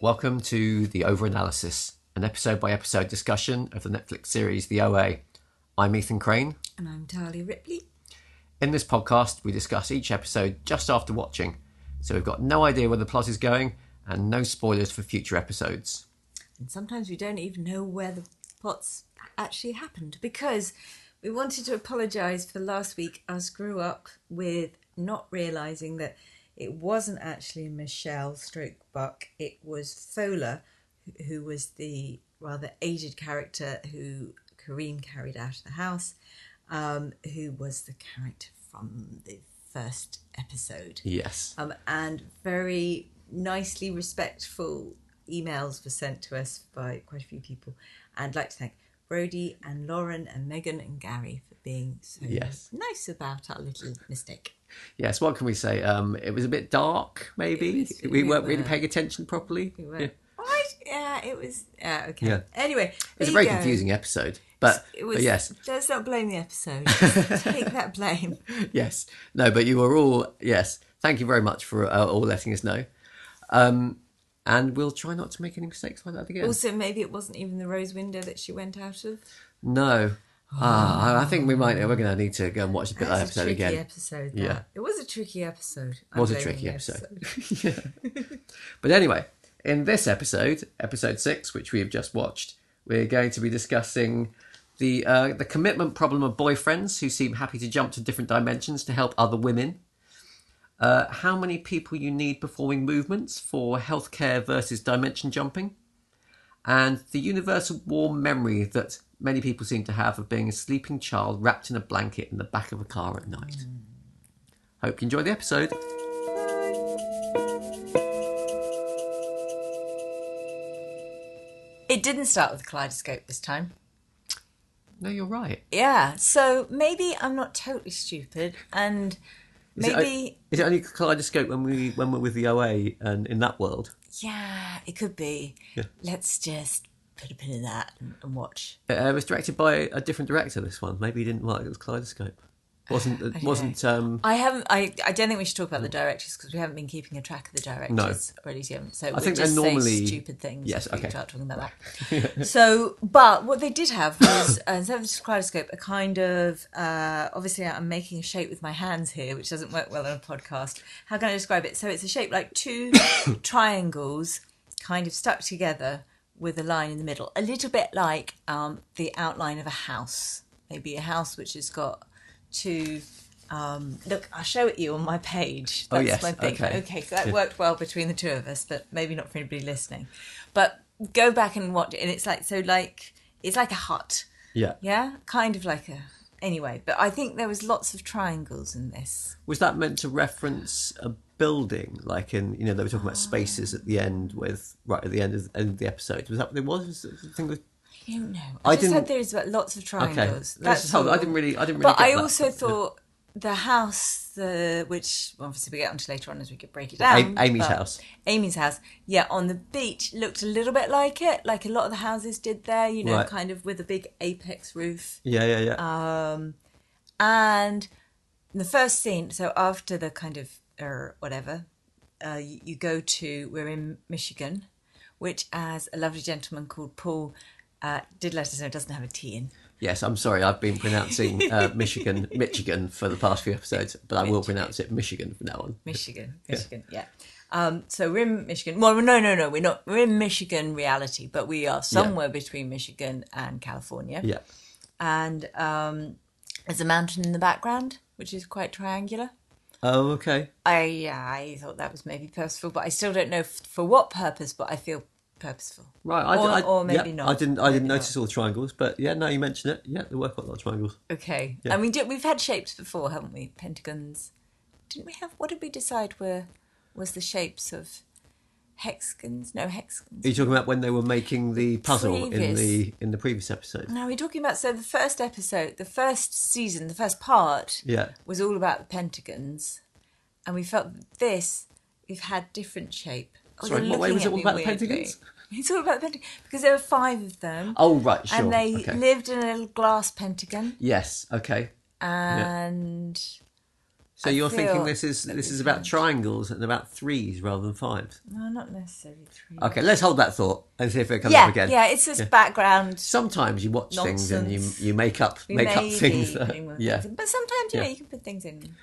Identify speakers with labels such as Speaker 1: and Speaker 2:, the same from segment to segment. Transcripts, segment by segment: Speaker 1: Welcome to the Overanalysis, an episode by episode discussion of the Netflix series The OA. I'm Ethan Crane.
Speaker 2: And I'm Talia Ripley.
Speaker 1: In this podcast, we discuss each episode just after watching, so we've got no idea where the plot is going and no spoilers for future episodes.
Speaker 2: And sometimes we don't even know where the plots actually happened because we wanted to apologise for last week, our screw up with not realising that it wasn't actually Michelle Stroke Buck, it was Fola, who- who was the rather aged character who Corinne carried out of the house, um, who was the character from the first episode
Speaker 1: Yes.
Speaker 2: um, and very nicely respectful emails were sent to us by quite a few people. And I'd like to thank Brody and Lauren and Megan and Gary for being so
Speaker 1: Yes.
Speaker 2: nice about our little mistake.
Speaker 1: Yes, what can we say? Um, it was a bit dark,
Speaker 2: It
Speaker 1: maybe.
Speaker 2: was-
Speaker 1: we
Speaker 2: we
Speaker 1: weren't really
Speaker 2: were.
Speaker 1: paying attention properly.
Speaker 2: We were
Speaker 1: Yeah.
Speaker 2: all right. Yeah, it was uh, okay.
Speaker 1: Yeah.
Speaker 2: Anyway,
Speaker 1: It's a
Speaker 2: there
Speaker 1: very
Speaker 2: you go.
Speaker 1: confusing episode, but,
Speaker 2: It was.
Speaker 1: but yes,
Speaker 2: Let's not blame the episode. Take that blame.
Speaker 1: yes. No, but you were all yes. Thank you very much for uh, all letting us know. Um, and we'll try not to make any mistakes like that again.
Speaker 2: Also, maybe it wasn't even the rose window that she went out of.
Speaker 1: no. Ah, I- I think we might. We're going to need to go and watch a bit of that
Speaker 2: That's a
Speaker 1: episode
Speaker 2: tricky
Speaker 1: again.
Speaker 2: episode.
Speaker 1: Yeah.
Speaker 2: that. it was a tricky episode. I'm
Speaker 1: was a
Speaker 2: blaming
Speaker 1: tricky
Speaker 2: the
Speaker 1: episode. But anyway, in this episode, episode six, which we have just watched, we're going to be discussing the uh, the commitment problem of boyfriends who seem happy to jump to different dimensions to help other women. Uh, how many people you need performing movements for healthcare versus dimension jumping, and the universal warm memory that many people seem to have of being a sleeping child wrapped in a blanket in the back of a car at night. Hope you enjoy the episode.
Speaker 2: It didn't start with a kaleidoscope this time.
Speaker 1: No, you're right.
Speaker 2: Yeah, so maybe I'm not totally stupid, and
Speaker 1: Is it o-
Speaker 2: maybe
Speaker 1: is it only kaleidoscope when we when we're with the OA and in that world?
Speaker 2: yeah, it could be. Let's just put a pin in that and, and watch.
Speaker 1: Uh, it was directed by a different director. This one maybe he didn't like it was kaleidoscope. Wasn't it wasn't um,
Speaker 2: I haven't. I, I don't think we should talk about the directors because we haven't been keeping a track of the directors, or at least you haven't. So I
Speaker 1: think they're
Speaker 2: just say
Speaker 1: normally-
Speaker 2: stupid things.
Speaker 1: Yes,
Speaker 2: if we
Speaker 1: okay.
Speaker 2: Start talking about that. so, but what they did have was uh, instead of just kaleidoscope, a kind of uh, obviously I'm making a shape with my hands here, which doesn't work well on a podcast. How can I describe it? So it's a shape like two triangles, kind of stuck together with a line in the middle, a little bit like um, the outline of a house. Maybe a house which has got two. Um, look, I'll show it you on my page. That's
Speaker 1: Oh, yes,
Speaker 2: my thing.
Speaker 1: okay.
Speaker 2: Okay, so that worked well between the two of us, but maybe not for anybody listening. But go back and watch it, and it's like so like it's like a hut,
Speaker 1: yeah.
Speaker 2: yeah, kind of like a anyway. But I think there was lots of triangles in this.
Speaker 1: Was that meant to reference a building? Like in you know they were talking about spaces at the end with right at the end of, end of the episode. Was that what it was? was it the thing with,
Speaker 2: I don't know.
Speaker 1: I
Speaker 2: I, just
Speaker 1: didn't-
Speaker 2: had theories about lots of
Speaker 1: okay,
Speaker 2: triangles.
Speaker 1: let's just hold. on. I
Speaker 2: all.
Speaker 1: didn't really. I didn't really.
Speaker 2: But
Speaker 1: get
Speaker 2: I
Speaker 1: that.
Speaker 2: also thought the house, the which well, obviously we get onto later on as we could break it
Speaker 1: A-
Speaker 2: down.
Speaker 1: Amy's
Speaker 2: but-
Speaker 1: house.
Speaker 2: Amy's house, yeah, on the beach looked a little bit like it, like a lot of the houses did there, you know,
Speaker 1: Right.
Speaker 2: kind of with a big apex roof.
Speaker 1: Yeah, yeah, yeah.
Speaker 2: Uh, And the first scene, so after the kind of or whatever, uh, you, you go to we're in Michigan, which as a lovely gentleman called Paul uh, did let us know doesn't have a T in.
Speaker 1: yes, I'm sorry. I've been pronouncing uh, Michigan, Michigan for the past few episodes, but I will pronounce it Michigan from now on.
Speaker 2: Michigan, Michigan, yeah. Um, so we're in Michigan. Well, no, no, no, we're not. We're in Michigan reality, but we are somewhere between Michigan and California.
Speaker 1: Yeah.
Speaker 2: And um, there's a mountain in the background, which is quite triangular.
Speaker 1: Oh, okay.
Speaker 2: I yeah, I thought that was maybe purposeful, but I still don't know f- for what purpose. But I feel purposeful.
Speaker 1: Right, I,
Speaker 2: or,
Speaker 1: I,
Speaker 2: or maybe
Speaker 1: yeah,
Speaker 2: not.
Speaker 1: I didn't. I didn't
Speaker 2: Maybe
Speaker 1: notice all the triangles, but yeah, now you mention it, yeah, there were quite a lot of triangles.
Speaker 2: Okay, and we do, we've had shapes before, haven't we? Pentagons. Didn't we have? What did we decide were was the shapes of hexagons? No hexagons.
Speaker 1: Are you talking about when they were making the puzzle in
Speaker 2: Previous.
Speaker 1: the in the previous episode?
Speaker 2: Now we're talking about so the first episode, the first season, the first part
Speaker 1: Yeah,
Speaker 2: was all about the pentagons, and we felt that this we've had different shape. Oh,
Speaker 1: Sorry,
Speaker 2: you're
Speaker 1: what way
Speaker 2: looking
Speaker 1: was it
Speaker 2: at
Speaker 1: all
Speaker 2: me
Speaker 1: about the
Speaker 2: weirdly.
Speaker 1: pentagons?
Speaker 2: It's all about the pentagons because there were five of them,
Speaker 1: Oh right, sure.
Speaker 2: and they
Speaker 1: okay.
Speaker 2: lived in a little glass pentagon,
Speaker 1: yes. Okay.
Speaker 2: and
Speaker 1: So you're thinking
Speaker 2: feel-
Speaker 1: this is this is about triangles and about threes rather than fives.
Speaker 2: No, not necessarily three.
Speaker 1: Okay, let's hold that thought and see if it comes
Speaker 2: yeah,
Speaker 1: up again.
Speaker 2: yeah. It's this background.
Speaker 1: Sometimes you watch things and you
Speaker 2: Nonsense.
Speaker 1: you make up
Speaker 2: We
Speaker 1: make
Speaker 2: may
Speaker 1: up things.
Speaker 2: be
Speaker 1: that-
Speaker 2: putting more
Speaker 1: yeah.
Speaker 2: things in. but sometimes you
Speaker 1: Yeah.
Speaker 2: know you can put things in.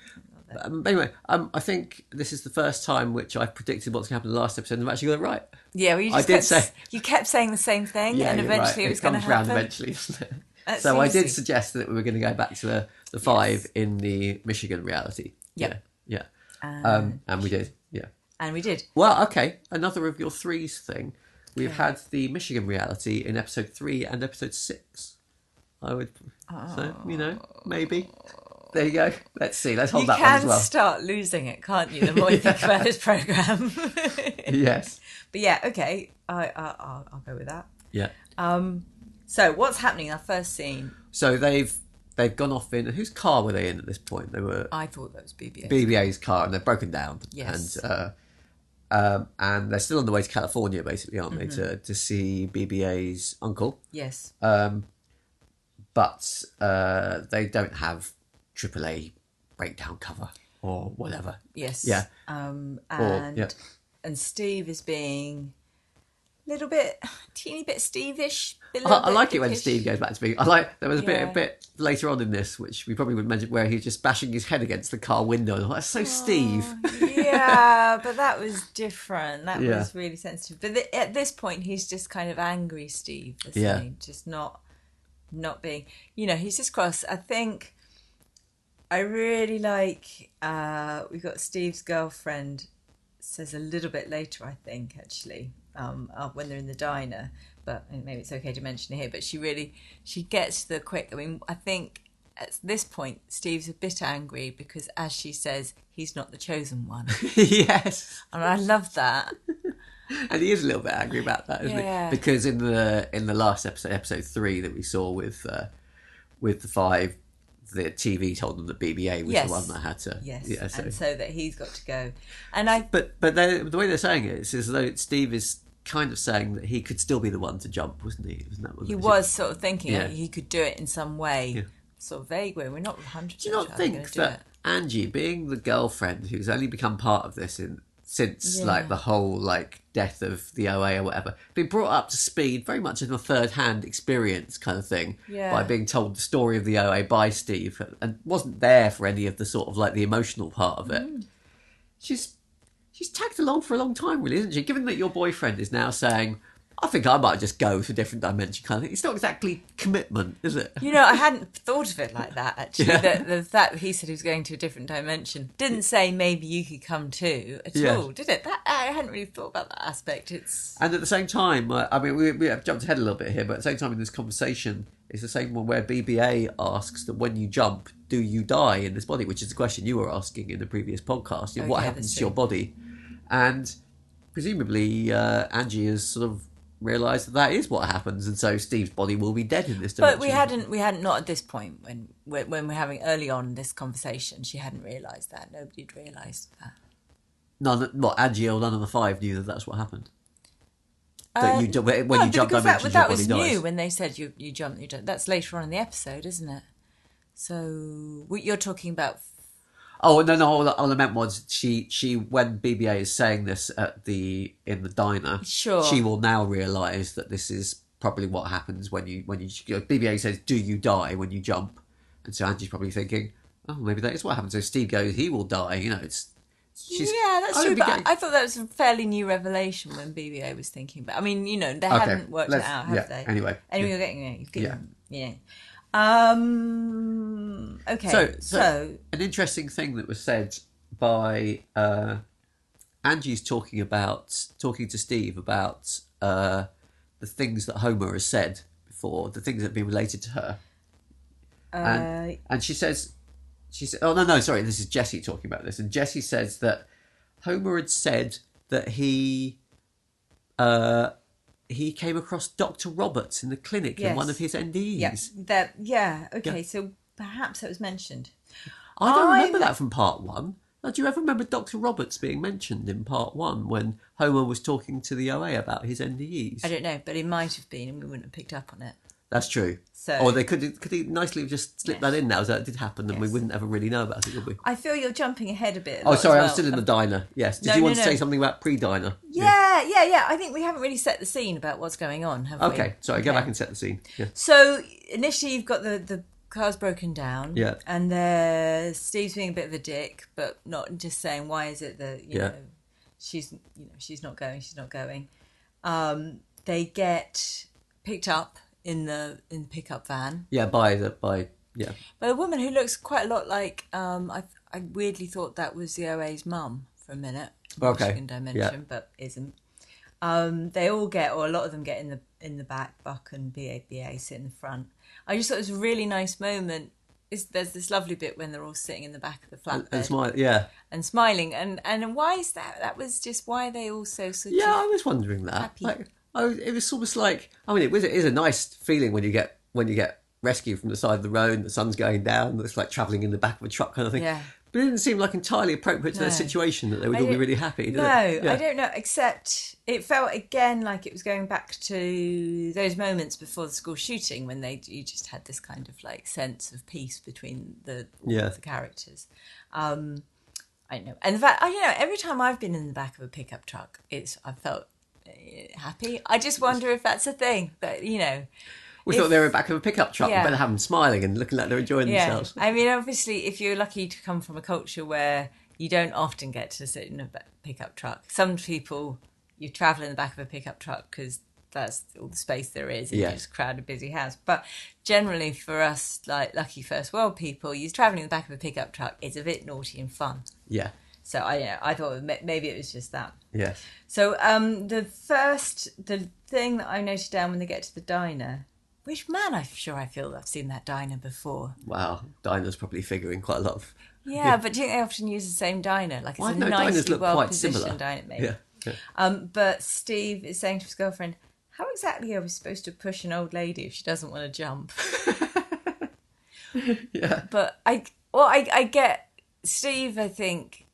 Speaker 1: Um, but anyway, um, I think this is the first time which I've predicted what's going to happen in the last episode and I've actually got it right.
Speaker 2: Yeah, well, you
Speaker 1: I
Speaker 2: just
Speaker 1: did
Speaker 2: kept, s-
Speaker 1: say-
Speaker 2: you kept saying the same thing,
Speaker 1: Yeah,
Speaker 2: and
Speaker 1: you're
Speaker 2: eventually
Speaker 1: right.
Speaker 2: it was going to
Speaker 1: comes round
Speaker 2: happen.
Speaker 1: eventually, doesn't it?
Speaker 2: That's
Speaker 1: so I
Speaker 2: easy.
Speaker 1: did suggest that we were going to go back to the, the five in the Michigan reality.
Speaker 2: Yeah. Ah,
Speaker 1: Yeah. Yeah. Um, and we did. Yeah.
Speaker 2: And we did.
Speaker 1: Well, okay. Another of your threes thing. We've had the Michigan reality in episode three and episode six. I would. So, you know, maybe. There you go. Let's see. Let's hold
Speaker 2: you
Speaker 1: that one
Speaker 2: can
Speaker 1: as well.
Speaker 2: start losing it, can't you? The more you think about this program. but
Speaker 1: yes.
Speaker 2: yeah, okay, I, I I'll, I'll go with that.
Speaker 1: Yeah.
Speaker 2: So what's happening? Our first scene.
Speaker 1: So they've they've gone off in. Whose car were they in at this point? They were
Speaker 2: I thought that was BB-8.
Speaker 1: BBA's car and they're broken down.
Speaker 2: Yes.
Speaker 1: And, uh, um, and they're still on the way to California, basically, aren't they, to,
Speaker 2: Mm-hmm.
Speaker 1: to see BBA's uncle?
Speaker 2: yes.
Speaker 1: Uh, But uh, they don't have AAA breakdown cover or whatever.
Speaker 2: yes.
Speaker 1: Yeah.
Speaker 2: Um,
Speaker 1: Or,
Speaker 2: and
Speaker 1: yeah.
Speaker 2: and Steve is being a little bit, teeny bit Steve-ish. a
Speaker 1: I,
Speaker 2: little
Speaker 1: I
Speaker 2: bit
Speaker 1: like it when
Speaker 2: dickish.
Speaker 1: Steve goes back to being. I like there was a bit,
Speaker 2: Yeah.
Speaker 1: a bit later on in this, which we probably would mention, where he was just bashing his head against the car window. And I'm like, That's so Steve.
Speaker 2: yeah, but that was different. That
Speaker 1: Yeah.
Speaker 2: was really sensitive. But th- at this point, he's just kind of angry, Steve. Isn't
Speaker 1: Yeah.
Speaker 2: he? just not, not being. You know, he's just cross. I think. I really like. Uh, we got Steve's girlfriend says a little bit later. I think actually, um, uh, when they're in the diner. But and maybe it's okay to mention it here. But she really she gets to the quick. I mean, I think at this point Steve's a bit angry because, as she says, he's not the chosen one.
Speaker 1: yes.
Speaker 2: And I love that.
Speaker 1: and he is a little bit angry about that, isn't
Speaker 2: Yeah.
Speaker 1: he? Because in the in the last episode, episode three that we saw with uh, with the five, the TV told them that BBA was
Speaker 2: Yes.
Speaker 1: the one that had to.
Speaker 2: Yes.
Speaker 1: Yeah, so-
Speaker 2: And so that he's got to go. And I
Speaker 1: But but they- the way they're saying it is as though Steve is kind of saying that he could still be the one to jump, wasn't he? Wasn't that what
Speaker 2: he
Speaker 1: it
Speaker 2: was sort of thinking
Speaker 1: Yeah.
Speaker 2: he could do it in some way.
Speaker 1: Yeah.
Speaker 2: Sort of vague way. We're not 100%
Speaker 1: Do you not
Speaker 2: sure how they're gonna
Speaker 1: think
Speaker 2: do
Speaker 1: that
Speaker 2: it.
Speaker 1: Angie, being the girlfriend who's only become part of this in since
Speaker 2: Yeah.
Speaker 1: like the whole like death of the OA or whatever, been brought up to speed very much in a third hand experience kind of thing
Speaker 2: Yeah.
Speaker 1: by being told the story of the OA by Steve and wasn't there for any of the sort of like the emotional part of it.
Speaker 2: Mm.
Speaker 1: She's she's tagged along for a long time really, isn't she? Given that your boyfriend is now saying I think I might just go to a different dimension kind of thing. It's not exactly commitment, is it?
Speaker 2: You know, I hadn't thought of it like that actually.
Speaker 1: Yeah.
Speaker 2: That the fact that he said he was going to a different dimension didn't say maybe you could come too at
Speaker 1: Yeah.
Speaker 2: all, did it? That I hadn't really thought about that aspect. It's
Speaker 1: And at the same time, uh, I mean, we, we have jumped ahead a little bit here, but at the same time, in this conversation, it's the same one where BBA asks that when you jump, do you die in this body? Which is the question you were asking in the previous podcast. You know,
Speaker 2: Oh,
Speaker 1: what
Speaker 2: yeah,
Speaker 1: happens
Speaker 2: that's
Speaker 1: to your body? And presumably, uh, Angie has sort of realised that that is what happens, and so Steve's body will be dead in this dimension.
Speaker 2: But we hadn't, we hadn't, not at this point when when when we're having early on this conversation. She hadn't realised that. Nobody had realised that.
Speaker 1: None, well, Angie or none of the five knew that that's what happened. That
Speaker 2: Uh,
Speaker 1: you ju- when
Speaker 2: no,
Speaker 1: you jump
Speaker 2: because
Speaker 1: dimensions,
Speaker 2: that, that
Speaker 1: your
Speaker 2: was
Speaker 1: body
Speaker 2: new
Speaker 1: dies.
Speaker 2: when they said you you jump. You jump. That's later on in the episode, isn't it? So what you're talking about.
Speaker 1: Oh no, no! All, I- all I meant was she, she. When BBA is saying this at the in the diner,
Speaker 2: Sure.
Speaker 1: she will now realise that this is probably what happens when you when you, you know, BBA says, "Do you die when you jump?" And so Angie's probably thinking, "Oh, maybe that is what happens." So Steve goes, "He will die." You know, it's she's
Speaker 2: yeah, that's
Speaker 1: I'll
Speaker 2: true.
Speaker 1: be
Speaker 2: But
Speaker 1: getting-
Speaker 2: I thought that was a fairly new revelation when BBA was thinking. But I mean, you know, they
Speaker 1: Okay,
Speaker 2: hadn't worked it
Speaker 1: let's-
Speaker 2: out, have
Speaker 1: yeah,
Speaker 2: they?
Speaker 1: anyway.
Speaker 2: anyway,
Speaker 1: Yeah.
Speaker 2: you're getting it. You've given, yeah. Um. Okay.
Speaker 1: so,
Speaker 2: So,
Speaker 1: so an interesting thing that was said by uh, Angie's talking about talking to Steve about uh, the things that Homer has said before, the things that have been related to her,
Speaker 2: uh,
Speaker 1: and, and she says, she said, oh no no sorry, this is Jesse talking about this, and Jesse says that Homer had said that he. Uh, he came across Dr. Roberts in the clinic in
Speaker 2: Yes.
Speaker 1: one of his NDEs.
Speaker 2: yeah, that yeah. Okay. So perhaps that was mentioned.
Speaker 1: I don't
Speaker 2: I-
Speaker 1: remember that from part one. Now, do you ever remember Dr. Roberts being mentioned in part one when Homer was talking to the OA about his NDEs?
Speaker 2: I don't know, but it might have been, and we wouldn't have picked up on it.
Speaker 1: That's true.
Speaker 2: So-
Speaker 1: or they could could he nicely have just slipped
Speaker 2: Yes.
Speaker 1: that in now, so it did happen, and we
Speaker 2: Yes.
Speaker 1: wouldn't ever really know about it, would we?
Speaker 2: I feel you're jumping ahead a bit.
Speaker 1: Oh, sorry,
Speaker 2: i
Speaker 1: I'm still in the diner. Yes. Did
Speaker 2: um, No,
Speaker 1: you
Speaker 2: no,
Speaker 1: want to
Speaker 2: no.
Speaker 1: say something about pre-diner?
Speaker 2: Yeah, yeah, yeah. I think we haven't really set the scene about what's going on, have we?
Speaker 1: Okay, sorry. Go
Speaker 2: Yeah.
Speaker 1: back and set the scene. Yeah.
Speaker 2: So initially, you've got the the car's broken down.
Speaker 1: Yeah.
Speaker 2: And uh, Steve's being a bit of a dick, but not just saying why is it that you
Speaker 1: Yeah.
Speaker 2: know she's you know she's not going, she's not going. Um, they get picked up in the in the pickup van
Speaker 1: Yeah. By the by. Yeah.
Speaker 2: by a woman who looks quite a lot like um, I I weirdly thought that was the OA's mum for a minute.
Speaker 1: Okay.
Speaker 2: Michigan dimension, but isn't. Um, they all get, or a lot of them get in the in the back. Buck and BABA sit in the front. I just thought it was a really nice moment. Is there's this lovely bit when they're all sitting in the back of the flatbed
Speaker 1: And smile. Yeah.
Speaker 2: and smiling, and and why is that? That was just why they all so sort
Speaker 1: Yeah,
Speaker 2: of
Speaker 1: I was wondering that.
Speaker 2: Happy.
Speaker 1: Like, I was, it was almost like I mean, it was it is a nice feeling when you get when you get rescued from the side of the road, and the sun's going down. It's like travelling in the back of a truck kind of thing.
Speaker 2: Yeah.
Speaker 1: But it didn't seem like entirely appropriate to their
Speaker 2: No.
Speaker 1: situation that they would
Speaker 2: I
Speaker 1: all be
Speaker 2: don't-
Speaker 1: really happy. Did
Speaker 2: No,
Speaker 1: it? Yeah.
Speaker 2: I don't know. Except it felt again like it was going back to those moments before the school shooting when they you just had this kind of like sense of peace between the all
Speaker 1: Yeah.
Speaker 2: of the characters. Um, I don't know, and the fact I don't know. Every time I've been in the back of a pickup truck, it's I felt uh, happy. I just wonder if that's a thing that you know.
Speaker 1: We
Speaker 2: If-
Speaker 1: thought they were back of a pickup truck.
Speaker 2: Yeah.
Speaker 1: We better have them smiling and looking like they're enjoying
Speaker 2: Yeah,
Speaker 1: themselves.
Speaker 2: I mean, obviously, if you're lucky to come from a culture where you don't often get to sit in a ba- pickup truck, some people you travel in the back of a pickup truck because that's all the space there is, and
Speaker 1: Yeah.
Speaker 2: you just crowd a busy house. But generally, for us, like lucky first world people, you traveling in the back of a pickup truck is a bit naughty and fun.
Speaker 1: Yeah.
Speaker 2: So I, you know, I thought ma- maybe it was just that.
Speaker 1: Yeah.
Speaker 2: So um, the first, the thing that I noted down when they get to the diner. Which man, I'm sure I feel I've seen that diner before.
Speaker 1: Wow. Diner's probably figuring quite a lot. Of,
Speaker 2: Yeah, but do you think they often use the same diner? Like it's
Speaker 1: Well,
Speaker 2: a
Speaker 1: no, diners
Speaker 2: nicely
Speaker 1: look
Speaker 2: well
Speaker 1: quite
Speaker 2: positioned
Speaker 1: similar.
Speaker 2: diner, maybe.
Speaker 1: yeah. yeah.
Speaker 2: Um, but Steve is saying to his girlfriend, "How exactly are we supposed to push an old lady if she doesn't want to jump?"
Speaker 1: Yeah.
Speaker 2: But I, well, I, I get Steve. I think,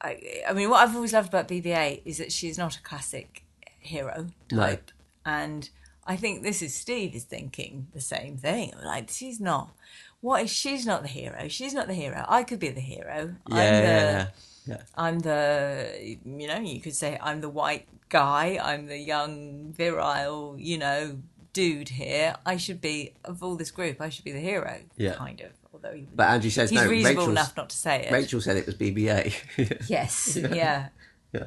Speaker 2: I, I mean, what I've always loved about BBA is that she's not a classic hero
Speaker 1: No.
Speaker 2: type, and I think this is Steve is thinking the same thing. Like she's not. What if she's not the hero? She's not the hero. I could be the hero. I'm
Speaker 1: Yeah.
Speaker 2: the-
Speaker 1: yeah, yeah. Yeah.
Speaker 2: I'm the, you know, you could say I'm the white guy, I'm the young, virile, you know, dude here. I should be, of all this group, I should be the hero,
Speaker 1: Yeah.
Speaker 2: kind of. Although he,
Speaker 1: But Angie says
Speaker 2: he's
Speaker 1: no.
Speaker 2: reasonable
Speaker 1: Rachel's,
Speaker 2: enough not to say it.
Speaker 1: Rachel said it was BBA.
Speaker 2: Yes, yeah.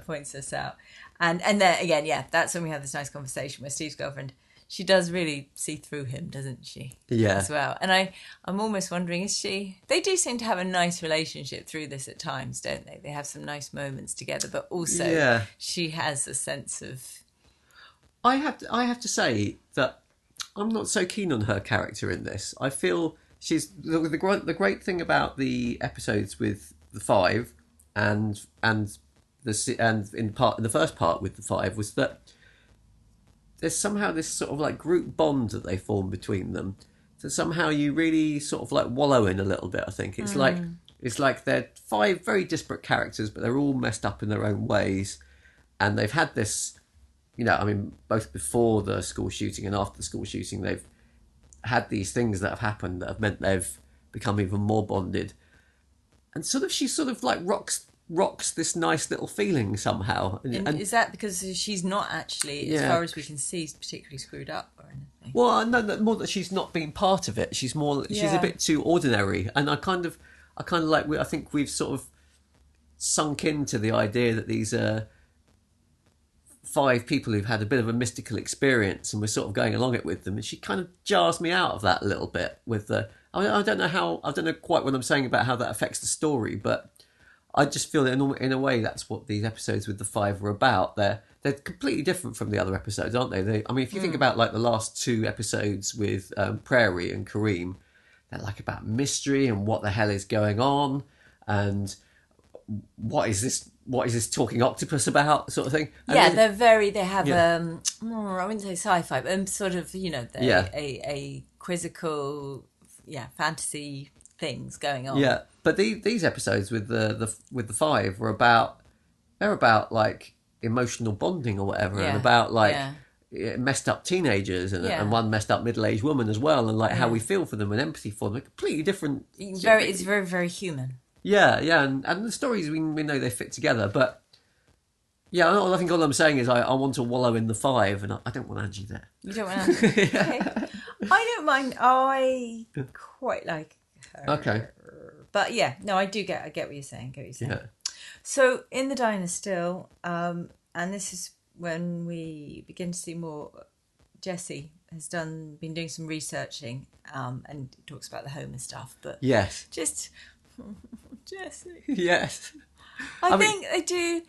Speaker 2: Points us out. And, and then again, yeah, that's when we have this nice conversation with Steve's girlfriend. She does really see through him, doesn't she?
Speaker 1: Yeah.
Speaker 2: As well. And I, I'm almost wondering, is she. They do seem to have a nice relationship through this at times, don't they? They have some nice moments together, but also
Speaker 1: Yeah.
Speaker 2: she has a sense of
Speaker 1: I have to, I have to say that I'm not so keen on her character in this. I feel she's the the, gr- the great thing about the episodes with the five and and the se- and in part in the first part with the five was that there's somehow this sort of like group bond that they form between them. So somehow you really sort of like wallow in a little bit. I think it's like it's like they're five very disparate characters, but they're all messed up in their own ways, and they've had this. You know, I mean, both before the school shooting and after the school shooting, they've had these things that have happened that have meant they've become even more bonded, and sort of she sort of like rocks rocks this nice little feeling somehow, and,
Speaker 2: And
Speaker 1: and
Speaker 2: is that because she's not actually, as
Speaker 1: Yeah.
Speaker 2: far as we can see, particularly screwed up or anything?
Speaker 1: Well, uh, no, no, more that she's not been part of it. She's more. She's
Speaker 2: Yeah.
Speaker 1: a bit too ordinary, and I kind of, I kind of like. we- I think we've sort of sunk into the idea that these are five people who've had a bit of a mystical experience, and we're sort of going along it with them. And she kind of jars me out of that a little bit. With the, I, mean, I don't know how, I don't know quite what I'm saying about how that affects the story, but I just feel that in, a- in a way that's what these episodes with the five were about. They're they're completely different from the other episodes, aren't they? they I mean, if you think about like the last two episodes with um, Prairie and Kareem, they're like about mystery and what the hell is going on, and what is this? What is this talking octopus about? Sort of thing. And
Speaker 2: yeah,
Speaker 1: then-
Speaker 2: they're very. They have
Speaker 1: Yeah.
Speaker 2: um, mm, I wouldn't say sci-fi, but um, sort of you know, they're
Speaker 1: Yeah.
Speaker 2: a, a quizzical, yeah, fantasy things going on.
Speaker 1: Yeah, but the, these episodes with the, the with the five were about they're about like emotional bonding or whatever,
Speaker 2: Yeah,
Speaker 1: and about like
Speaker 2: yeah.
Speaker 1: eh, messed up teenagers and,
Speaker 2: Yeah.
Speaker 1: and one messed up middle aged woman as well, and like how we feel for them and empathy for them. They're completely different.
Speaker 2: Very, it's very, very human.
Speaker 1: Yeah, yeah, and, and the stories we we know they fit together, but yeah, I, I think all I'm saying is I, I want to wallow in the five, and I, I don't want Angie there.
Speaker 2: You don't want to. okay. I don't mind. I quite like her.
Speaker 1: Okay,
Speaker 2: But yeah, no, I do get. I get what you're saying. Get what you're saying.
Speaker 1: yeah,
Speaker 2: So in the diner still, um, and this is when we begin to see more. Jesse has done been doing some researching, um, and talks about the home and stuff. But
Speaker 1: yes,
Speaker 2: just Jesse,
Speaker 1: yes,
Speaker 2: I,
Speaker 1: I mean-
Speaker 2: think they do.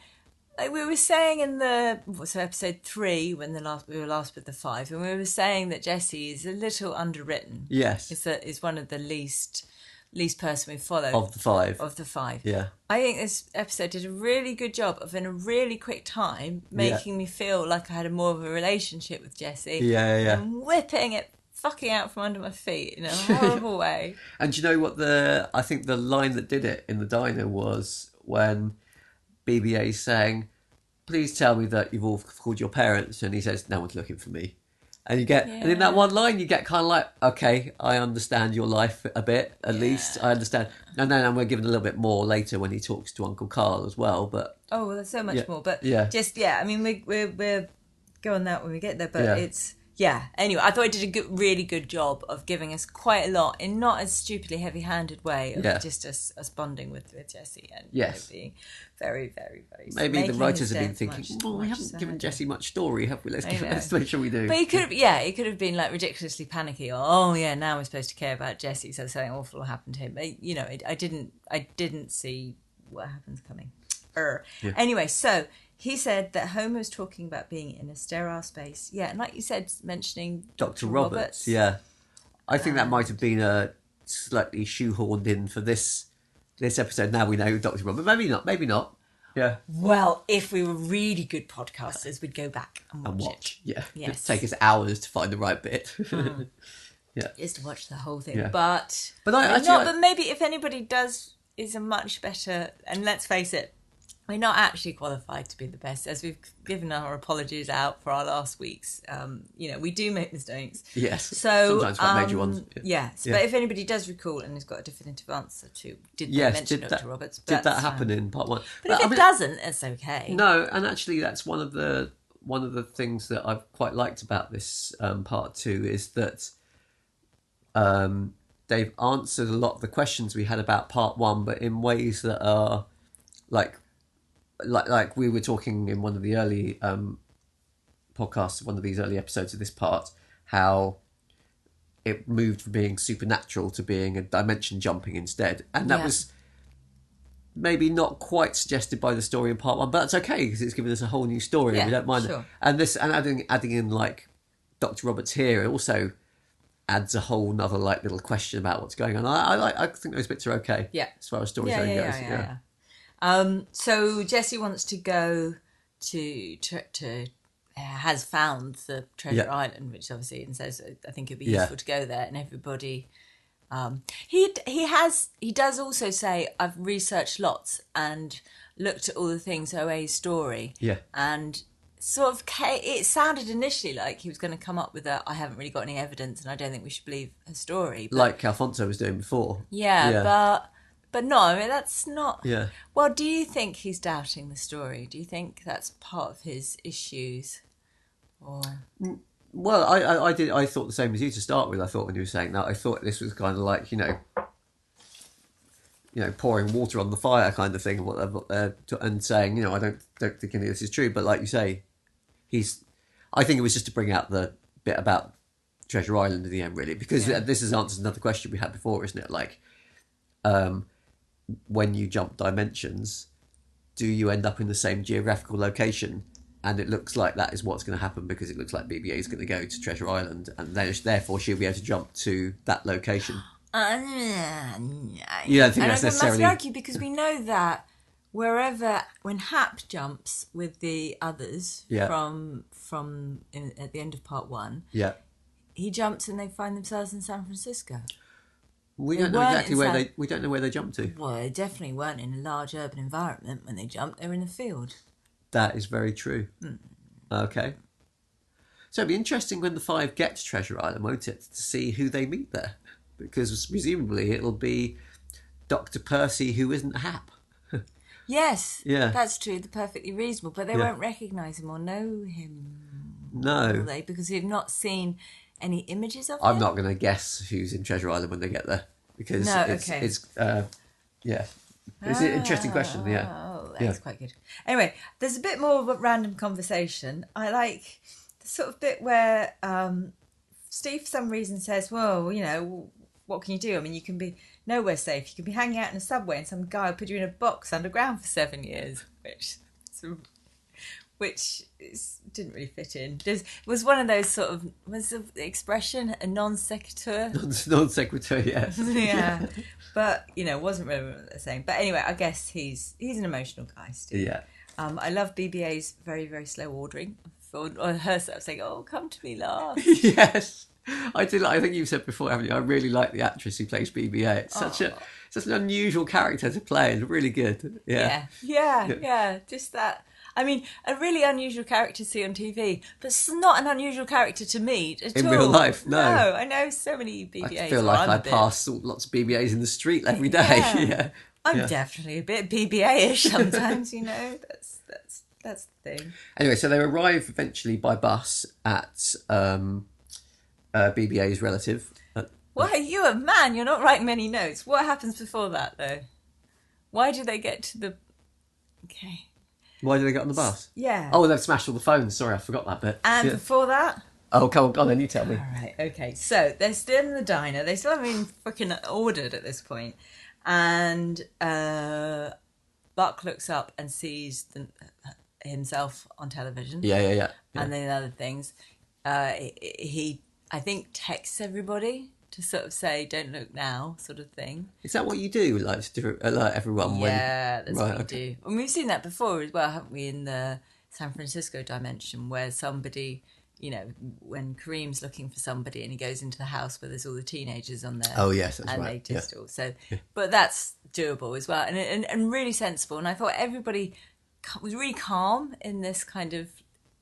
Speaker 2: Like we were saying in the so episode three when the last we were last with the five, and we were saying that Jesse is a little underwritten.
Speaker 1: yes,
Speaker 2: Is that is one of the least least person we follow
Speaker 1: of the five,
Speaker 2: of the five.
Speaker 1: yeah,
Speaker 2: I think this episode did a really good job of, in a really quick time, making me feel like I had a more of a relationship with Jesse.
Speaker 1: Yeah, yeah, yeah.
Speaker 2: And whipping it fucking out from under my feet in a horrible way.
Speaker 1: and do you know what the I think the line that did it in the diner was when BBA sang, "Please tell me that you've all called your parents," and he says, "No one's looking for me." And you get, and in that
Speaker 2: Yeah.
Speaker 1: one line, you get kind of like, okay, I understand your life a bit, at least I understand. And then and we're given a little bit more later when he talks to Uncle Carl as well. But
Speaker 2: Oh, well, there's so much
Speaker 1: Yeah,
Speaker 2: more, but
Speaker 1: yeah.
Speaker 2: just yeah. I mean, we we we're go on that when we get there, but
Speaker 1: Yeah.
Speaker 2: it's yeah. Anyway, I thought I did a good, really good job of giving us quite a lot in not a stupidly heavy-handed way of
Speaker 1: Yeah.
Speaker 2: just us, us bonding with, with Jesse and you know,
Speaker 1: Yes.
Speaker 2: being very, very, very.
Speaker 1: maybe the
Speaker 2: making
Speaker 1: writers
Speaker 2: his
Speaker 1: have been
Speaker 2: death
Speaker 1: thinking,
Speaker 2: much-
Speaker 1: well, we
Speaker 2: much
Speaker 1: haven't given
Speaker 2: sadder."
Speaker 1: Jesse much story, have we? Let's,
Speaker 2: I
Speaker 1: give,
Speaker 2: know.
Speaker 1: let's make sure we do.
Speaker 2: But he could, have, yeah, it could have been like ridiculously panicky. Or, oh yeah, now we're supposed to care about Jesse, so something awful will happen to him. But, you know, it, I didn't, I didn't see what happens coming. Er. Anyway, so he said that Homer was talking about being in a sterile space. Yeah, and like you said, mentioning
Speaker 1: Dr. Roberts, yeah. I think that might have been a slightly shoehorned in for this this episode. Now we know Dr. Roberts. Maybe not, maybe not. Yeah.
Speaker 2: Well, if we were really good podcasters, we'd go back and watch,
Speaker 1: And watch. Yeah.
Speaker 2: Yes. Hmm.
Speaker 1: It'd take us hours to find the right bit.
Speaker 2: it, just to watch the whole thing.
Speaker 1: Yeah.
Speaker 2: But
Speaker 1: But I- actually, I-
Speaker 2: not, but maybe if anybody does is a much better and let's face it we're not actually qualified to be the best as we've given our apologies out for our last weeks um you know we do make mistakes
Speaker 1: yes.
Speaker 2: so
Speaker 1: sometimes quite major
Speaker 2: um,
Speaker 1: ones.
Speaker 2: yes
Speaker 1: Yeah.
Speaker 2: but if anybody does recall and has got a definitive answer to did they
Speaker 1: Yes,
Speaker 2: mention
Speaker 1: did
Speaker 2: dr
Speaker 1: that,
Speaker 2: roberts
Speaker 1: did that
Speaker 2: that's
Speaker 1: happen
Speaker 2: fine.
Speaker 1: in part one?
Speaker 2: but if
Speaker 1: I
Speaker 2: it
Speaker 1: mean,
Speaker 2: doesn't it's okay
Speaker 1: No, and actually, that's one of the one of the things that I've quite liked about this um, part two is that um, they've answered a lot of the questions we had about part one, but in ways that are like like like we were talking in one of the early um, podcasts, one of these early episodes of this part, how it moved from being supernatural to being a dimension jumping instead, and that
Speaker 2: Yeah.
Speaker 1: was maybe not quite suggested by the story in part one, but that's okay because it's given us a whole new story. and we
Speaker 2: Yeah,
Speaker 1: don't mind it.
Speaker 2: sure.
Speaker 1: And this and adding adding in like Doctor Roberts here it also adds a whole nother like little question about what's going on. I I, like, I think those bits are okay.
Speaker 2: Yeah.
Speaker 1: as far as storytelling goes. Yeah,
Speaker 2: yeah. Um, so Jesse wants to go to to, to uh, has found the treasure
Speaker 1: Yeah.
Speaker 2: island, which obviously and says uh, I think it'd be
Speaker 1: Yeah.
Speaker 2: useful to go there, and everybody. Um, he he has he does also say I've researched lots and looked at all the things OA's story.
Speaker 1: Yeah.
Speaker 2: and sort of ca- it sounded initially like he was going to come up with a I haven't really got any evidence and I don't think we should believe her story. But
Speaker 1: like Alfonso was doing before.
Speaker 2: yeah,
Speaker 1: yeah.
Speaker 2: but but no, I mean that's not.
Speaker 1: Yeah.
Speaker 2: Well, do you think he's doubting the story? Do you think that's part of his issues? Or
Speaker 1: Well, I, I, I did. I thought the same as you to start with. I thought when you were saying that, I thought this was kind of like you know, you know, pouring water on the fire kind of thing, and what- what they're t- and saying you know, I don't don't think any of this is true. But like you say, he's. I think it was just to bring out the bit about Treasure Island at the end, really, because
Speaker 2: Yeah.
Speaker 1: this has answered another question we had before, isn't it? Like, um, when you jump dimensions, do you end up in the same geographical location? And it looks like that is what's going to happen because it looks like BBA is going to go to Treasure Island, and then, therefore she'll be able to jump to that location.
Speaker 2: Uh, yeah,
Speaker 1: You don't think
Speaker 2: and
Speaker 1: that's
Speaker 2: I
Speaker 1: necessarily-
Speaker 2: must argue because we know that wherever when Hap jumps with the others
Speaker 1: Yeah.
Speaker 2: from from in, at the end of part one,
Speaker 1: Yeah,
Speaker 2: he jumps and they find themselves in San Francisco.
Speaker 1: we
Speaker 2: They
Speaker 1: don't know
Speaker 2: weren't
Speaker 1: exactly where
Speaker 2: inside-
Speaker 1: they we don't know where they jump to.
Speaker 2: Well, they definitely weren't in a large urban environment when they jumped. They were in the field.
Speaker 1: That is very true. Okay. So it'd be interesting when the five get to Treasure Island, won't it, to see who they meet there? Because presumably it'll be Dr. Percy, who isn't Hap.
Speaker 2: Yes.
Speaker 1: Yeah.
Speaker 2: That's true. The perfectly reasonable, but they
Speaker 1: Yeah.
Speaker 2: won't recognise him or know him, will
Speaker 1: No.
Speaker 2: they? Because we've not seen any images of
Speaker 1: I'm
Speaker 2: him.
Speaker 1: not going to guess who's in Treasure Island when they get there because
Speaker 2: No,
Speaker 1: it's,
Speaker 2: okay.
Speaker 1: it's uh, yeah. It's an interesting question, yeah.
Speaker 2: Oh, that's
Speaker 1: Yeah.
Speaker 2: quite good. Anyway, there's a bit more of a random conversation. I like the sort of bit where um, Steve, for some reason, says, "Well, you know, what can you do? I mean, you can be nowhere safe. You can be hanging out in a subway, and some guy will put you in a box underground for seven years," which. Which is, didn't really fit in. There's, was one of those sort of was the expression a non sequitur
Speaker 1: Non secretary, yes.
Speaker 2: yeah. But you know, wasn't really what they're saying. But anyway, I guess he's he's an emotional guy. Still.
Speaker 1: Yeah.
Speaker 2: Um, I love BBA's very very slow ordering. Or, or her sort of saying, "Oh, come to me last."
Speaker 1: yes. I do. like- I think you've said before, haven't you? I really like the actress who plays BBA. It's such a such an unusual character to play. It's really good. Yeah.
Speaker 2: Yeah. yeah, yeah, Just that. I mean, a really unusual character to see on TV, but it's not an unusual character to meet at
Speaker 1: In
Speaker 2: all.
Speaker 1: real life, no.
Speaker 2: I know so many BBAs.
Speaker 1: I feel
Speaker 2: well,
Speaker 1: like
Speaker 2: I'm
Speaker 1: I
Speaker 2: a bit-
Speaker 1: pass lots of BBAs in the street every day.
Speaker 2: Yeah.
Speaker 1: Yeah.
Speaker 2: I'm
Speaker 1: yeah.
Speaker 2: definitely a bit BBA-ish sometimes. you know, that's that's that's the thing.
Speaker 1: Anyway, so they arrive eventually by bus at um, uh, BBA's relative. Uh,
Speaker 2: Why, you a man? You're not writing many notes. What happens before that, though? Why do they get to the. Okay.
Speaker 1: why do they get on the bus?
Speaker 2: Yeah.
Speaker 1: Oh, they've smashed all the phones. Sorry, I forgot that bit.
Speaker 2: and
Speaker 1: Yeah.
Speaker 2: before that?
Speaker 1: oh, come on, go on then you tell me.
Speaker 2: All right, okay. So they're still in the diner. They still haven't been fucking ordered at this point. And uh, Buck looks up and sees the, himself on television.
Speaker 1: Yeah, yeah, yeah. yeah.
Speaker 2: and then other things. Uh, he, he, I think, texts everybody to sort of say, don't look now, sort of thing.
Speaker 1: Is that what you do? Like to do- alert everyone when?
Speaker 2: Yeah, that's
Speaker 1: Right,
Speaker 2: what we
Speaker 1: okay.
Speaker 2: do. And we've seen that before as well, haven't we, in the San Francisco dimension where somebody, you know, when Kareem's looking for somebody and he goes into the house where there's all the teenagers on there.
Speaker 1: Oh, yes, that's
Speaker 2: and
Speaker 1: right,
Speaker 2: they
Speaker 1: yeah.
Speaker 2: just all so but that's doable as well and, and and really sensible. And I thought everybody ca- was really calm in this kind of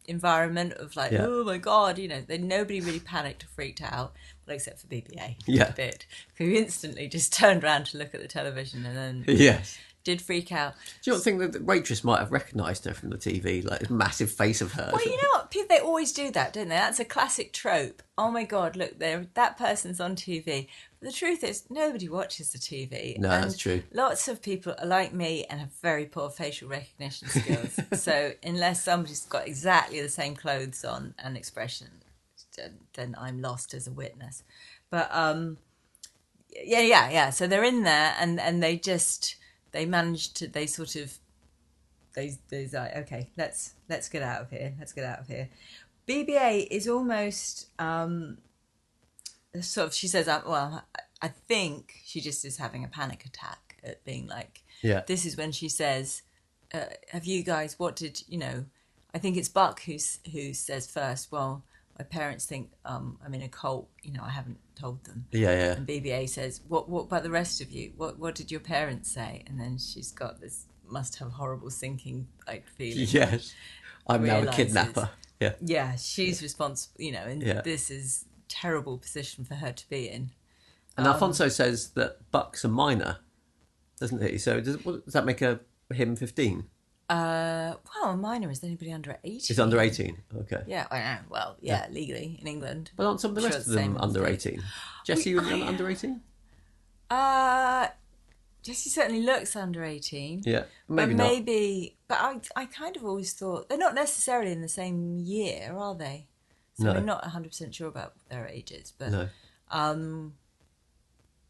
Speaker 2: environment of like,
Speaker 1: Yeah.
Speaker 2: oh my god, you know, then nobody really panicked or freaked out, well except for BBA.
Speaker 1: Yeah.
Speaker 2: A bit. Who instantly just turned around to look at the television and then
Speaker 1: Yes.
Speaker 2: did freak out.
Speaker 1: Do you not think that the waitress might have recognised her from the TV, like this massive face of hers?
Speaker 2: Well, you know what? People, they always do that, don't they? That's a classic trope. Oh my God, look, there, that person's on TV. But the truth is, nobody watches the TV.
Speaker 1: No,
Speaker 2: and
Speaker 1: that's true.
Speaker 2: Lots of people are like me and have very poor facial recognition skills. so unless somebody's got exactly the same clothes on and expression, then- then I'm lost as a witness. But um, yeah, yeah, yeah. So they're in there, and and they just they managed to they sort of they they's like okay let's let's get out of here let's get out of here bba is almost um sort of she says um, well I- i think she just is having a panic attack at being like
Speaker 1: Yeah.
Speaker 2: this is when she says uh, have you guys what did you know i think it's buck who's who says first well my parents think um i'm in a cult you know i haven't told them
Speaker 1: Yeah, yeah.
Speaker 2: and BBA says, "What? What about the rest of you? What? What did your parents say?" And then she's got this must have horrible sinking like feeling.
Speaker 1: Yes. I'm now a
Speaker 2: Realises.
Speaker 1: kidnapper. Yeah.
Speaker 2: Yeah, she's responsible, you know, and
Speaker 1: Yeah.
Speaker 2: this is terrible position for her to be in. Um,
Speaker 1: And Alfonso says that Buck's a minor, doesn't he? So does, what, does that make a, him 15?
Speaker 2: Uh, well, a minor is anybody under eighteen?
Speaker 1: He's under 18. Okay.
Speaker 2: Yeah, I know. Well, yeah, legally in England.
Speaker 1: But aren't some of the
Speaker 2: Sure,
Speaker 1: rest of
Speaker 2: same
Speaker 1: them
Speaker 2: as
Speaker 1: under
Speaker 2: me.
Speaker 1: 18? Jesse, you
Speaker 2: I-
Speaker 1: un- under 18?
Speaker 2: Uh, Jesse certainly looks under eighteen.
Speaker 1: Yeah. Maybe
Speaker 2: but
Speaker 1: not.
Speaker 2: maybe, but I, I kind of always thought they're not necessarily in the same year, are they? So
Speaker 1: No.
Speaker 2: we're not 100% sure about their ages, but
Speaker 1: No.
Speaker 2: um,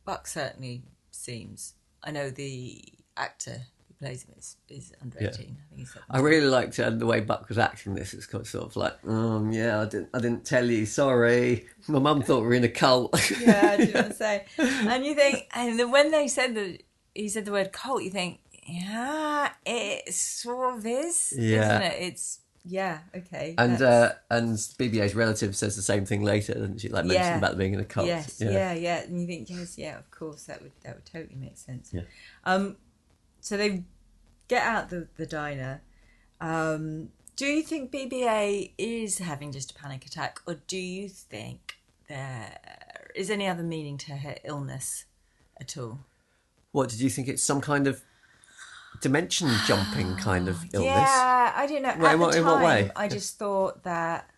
Speaker 2: Buck certainly seems. I know the actor who plays him is, is under
Speaker 1: Yeah.
Speaker 2: 18. I think he's
Speaker 1: I really liked uh, the way Buck was acting this. It's kind of sort of like, um, yeah, I didn't, I didn't tell you. Sorry. My mum thought we were in a cult.
Speaker 2: yeah, I didn't want to say. And you think, and then when they said that he said the word cult, you think, yeah, it sort of is,
Speaker 1: Yeah.
Speaker 2: isn't it? It's yeah, okay.
Speaker 1: And
Speaker 2: that's-
Speaker 1: uh, and BBA's relative says the same thing later, doesn't she? Like mentioned
Speaker 2: Yeah.
Speaker 1: about being in a cult.
Speaker 2: Yes, yeah. yeah, And you think, yes, yeah, of course, that would that would totally make sense.
Speaker 1: Yeah.
Speaker 2: Um, so they get out the the diner. Um, Do you think BBA is having just a panic attack, or do you think there is any other meaning to her illness at all?
Speaker 1: What did you think? It's some kind of dimension jumping kind of illness.
Speaker 2: Yeah, I don't know.
Speaker 1: Wait,
Speaker 2: At
Speaker 1: what-
Speaker 2: the
Speaker 1: in what
Speaker 2: time,
Speaker 1: way?
Speaker 2: I just thought that.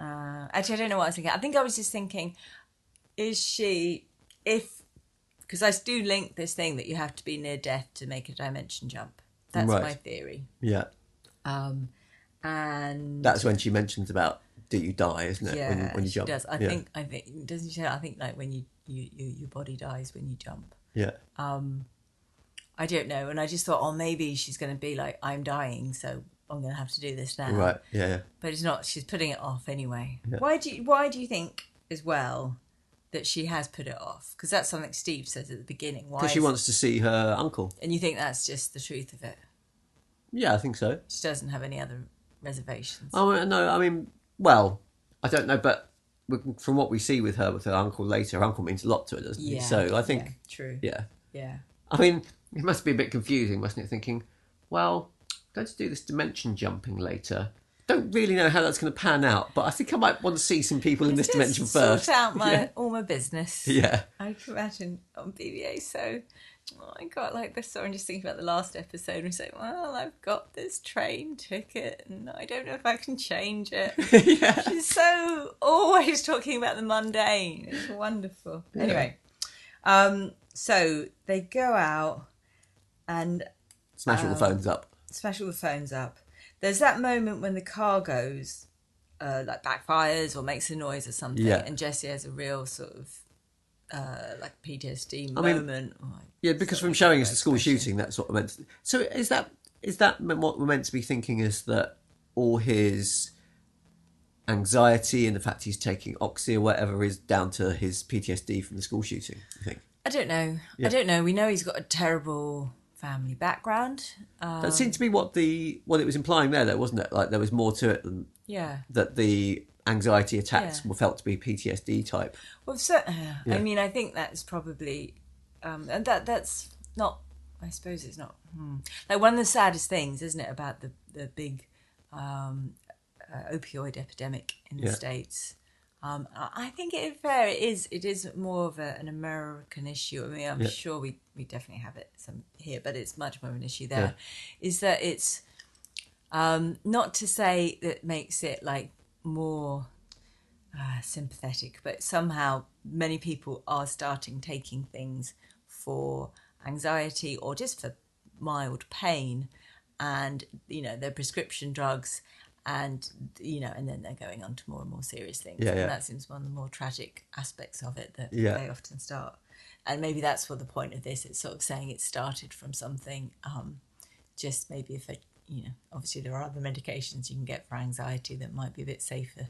Speaker 2: Uh, actually, I don't know what I was thinking. I think I was just thinking, is she if because I do link this thing that you have to be near death to make a dimension jump. That's
Speaker 1: Right.
Speaker 2: my theory.
Speaker 1: Yeah.
Speaker 2: Um, and
Speaker 1: That's when she mentions about do you die, isn't it?
Speaker 2: yeah,
Speaker 1: when, you- when you
Speaker 2: she
Speaker 1: jump.
Speaker 2: does. I
Speaker 1: yeah.
Speaker 2: think I think doesn't she? say- I think like when you, you you your body dies when you jump.
Speaker 1: Yeah.
Speaker 2: I don't know. And I just thought, oh, maybe she's going to be like, I'm dying, so I'm going to have to do this now.
Speaker 1: right. Yeah. yeah.
Speaker 2: But it's not. She's putting it off anyway. Why do you, Why do you think as well that she has put it off? Because that's something Steve says at the beginning. Why?
Speaker 1: Because she
Speaker 2: is-
Speaker 1: wants to see her uncle.
Speaker 2: and you think that's just the truth of it.
Speaker 1: Yeah, I think so.
Speaker 2: She doesn't have any other reservations.
Speaker 1: Oh uh, no, I mean, well, I don't know, but we- from what we see with her with her uncle later, her uncle means a lot to her, doesn't he?
Speaker 2: yeah.
Speaker 1: So I think,
Speaker 2: yeah, true.
Speaker 1: yeah.
Speaker 2: yeah.
Speaker 1: I mean, it must be a bit confusing, mustn't it? Thinking, well, I'm going to do this dimension jumping later. Don't really know how that's going to pan out, but I think I might want to see some people in this
Speaker 2: Just
Speaker 1: dimension first.
Speaker 2: Sort out my
Speaker 1: Yeah.
Speaker 2: all my business.
Speaker 1: Yeah.
Speaker 2: I can imagine on BBA. So oh, I got like this. So I'm just thinking about the last episode and saying, well, I've got this train ticket and I don't know if I can change it.
Speaker 1: yeah.
Speaker 2: She's so always talking about the mundane. It's wonderful. Anyway, um, so they go out and
Speaker 1: Smash
Speaker 2: Uh,
Speaker 1: all the phones up.
Speaker 2: smash all the phones up. There's that moment when the car goes, uh, like backfires or makes a noise or something,
Speaker 1: Yeah.
Speaker 2: and Jesse has a real sort of uh, like PTSD
Speaker 1: mean-
Speaker 2: moment. Oh, I-
Speaker 1: Yeah, because
Speaker 2: Sorry,
Speaker 1: from showing us
Speaker 2: that
Speaker 1: the school shooting, that's what we're meant. To, so is that is that me- what we're meant to be thinking? Is that all his anxiety and the fact he's taking oxy or whatever is down to his PTSD from the school shooting? I think
Speaker 2: I don't know. I don't know. We know he's got a terrible family background. Uh,
Speaker 1: that seemed to be what the what it was implying there, though, wasn't it? Like there was more to it than
Speaker 2: yeah.
Speaker 1: that. The anxiety attacks
Speaker 2: Yeah.
Speaker 1: were felt to be PTSD type.
Speaker 2: Well, so, uh, I mean, I think that's probably, um, and that that's not. I suppose it's not. Hmm. Like one of the saddest things, isn't it, about the the big um, uh, opioid epidemic in the
Speaker 1: Yeah.
Speaker 2: states. Um, I I think it is fair. It is. It is more of a, an American issue. I mean, I'm sure we, we definitely have it some here, but it's much more of an issue there. Is that it's um, not to say that makes it like more uh, sympathetic, but somehow many people are starting taking things for anxiety or just for mild pain, and you know their prescription drugs, and you know, and then they're going on to more and more serious things.
Speaker 1: Yeah,
Speaker 2: and
Speaker 1: yeah.
Speaker 2: that seems one of the more tragic aspects of it that
Speaker 1: Yeah.
Speaker 2: they often start. And maybe that's what the point of this. It's sort of saying it started from something. Um, just maybe if a you know obviously there are other medications you can get for anxiety that might be a bit safer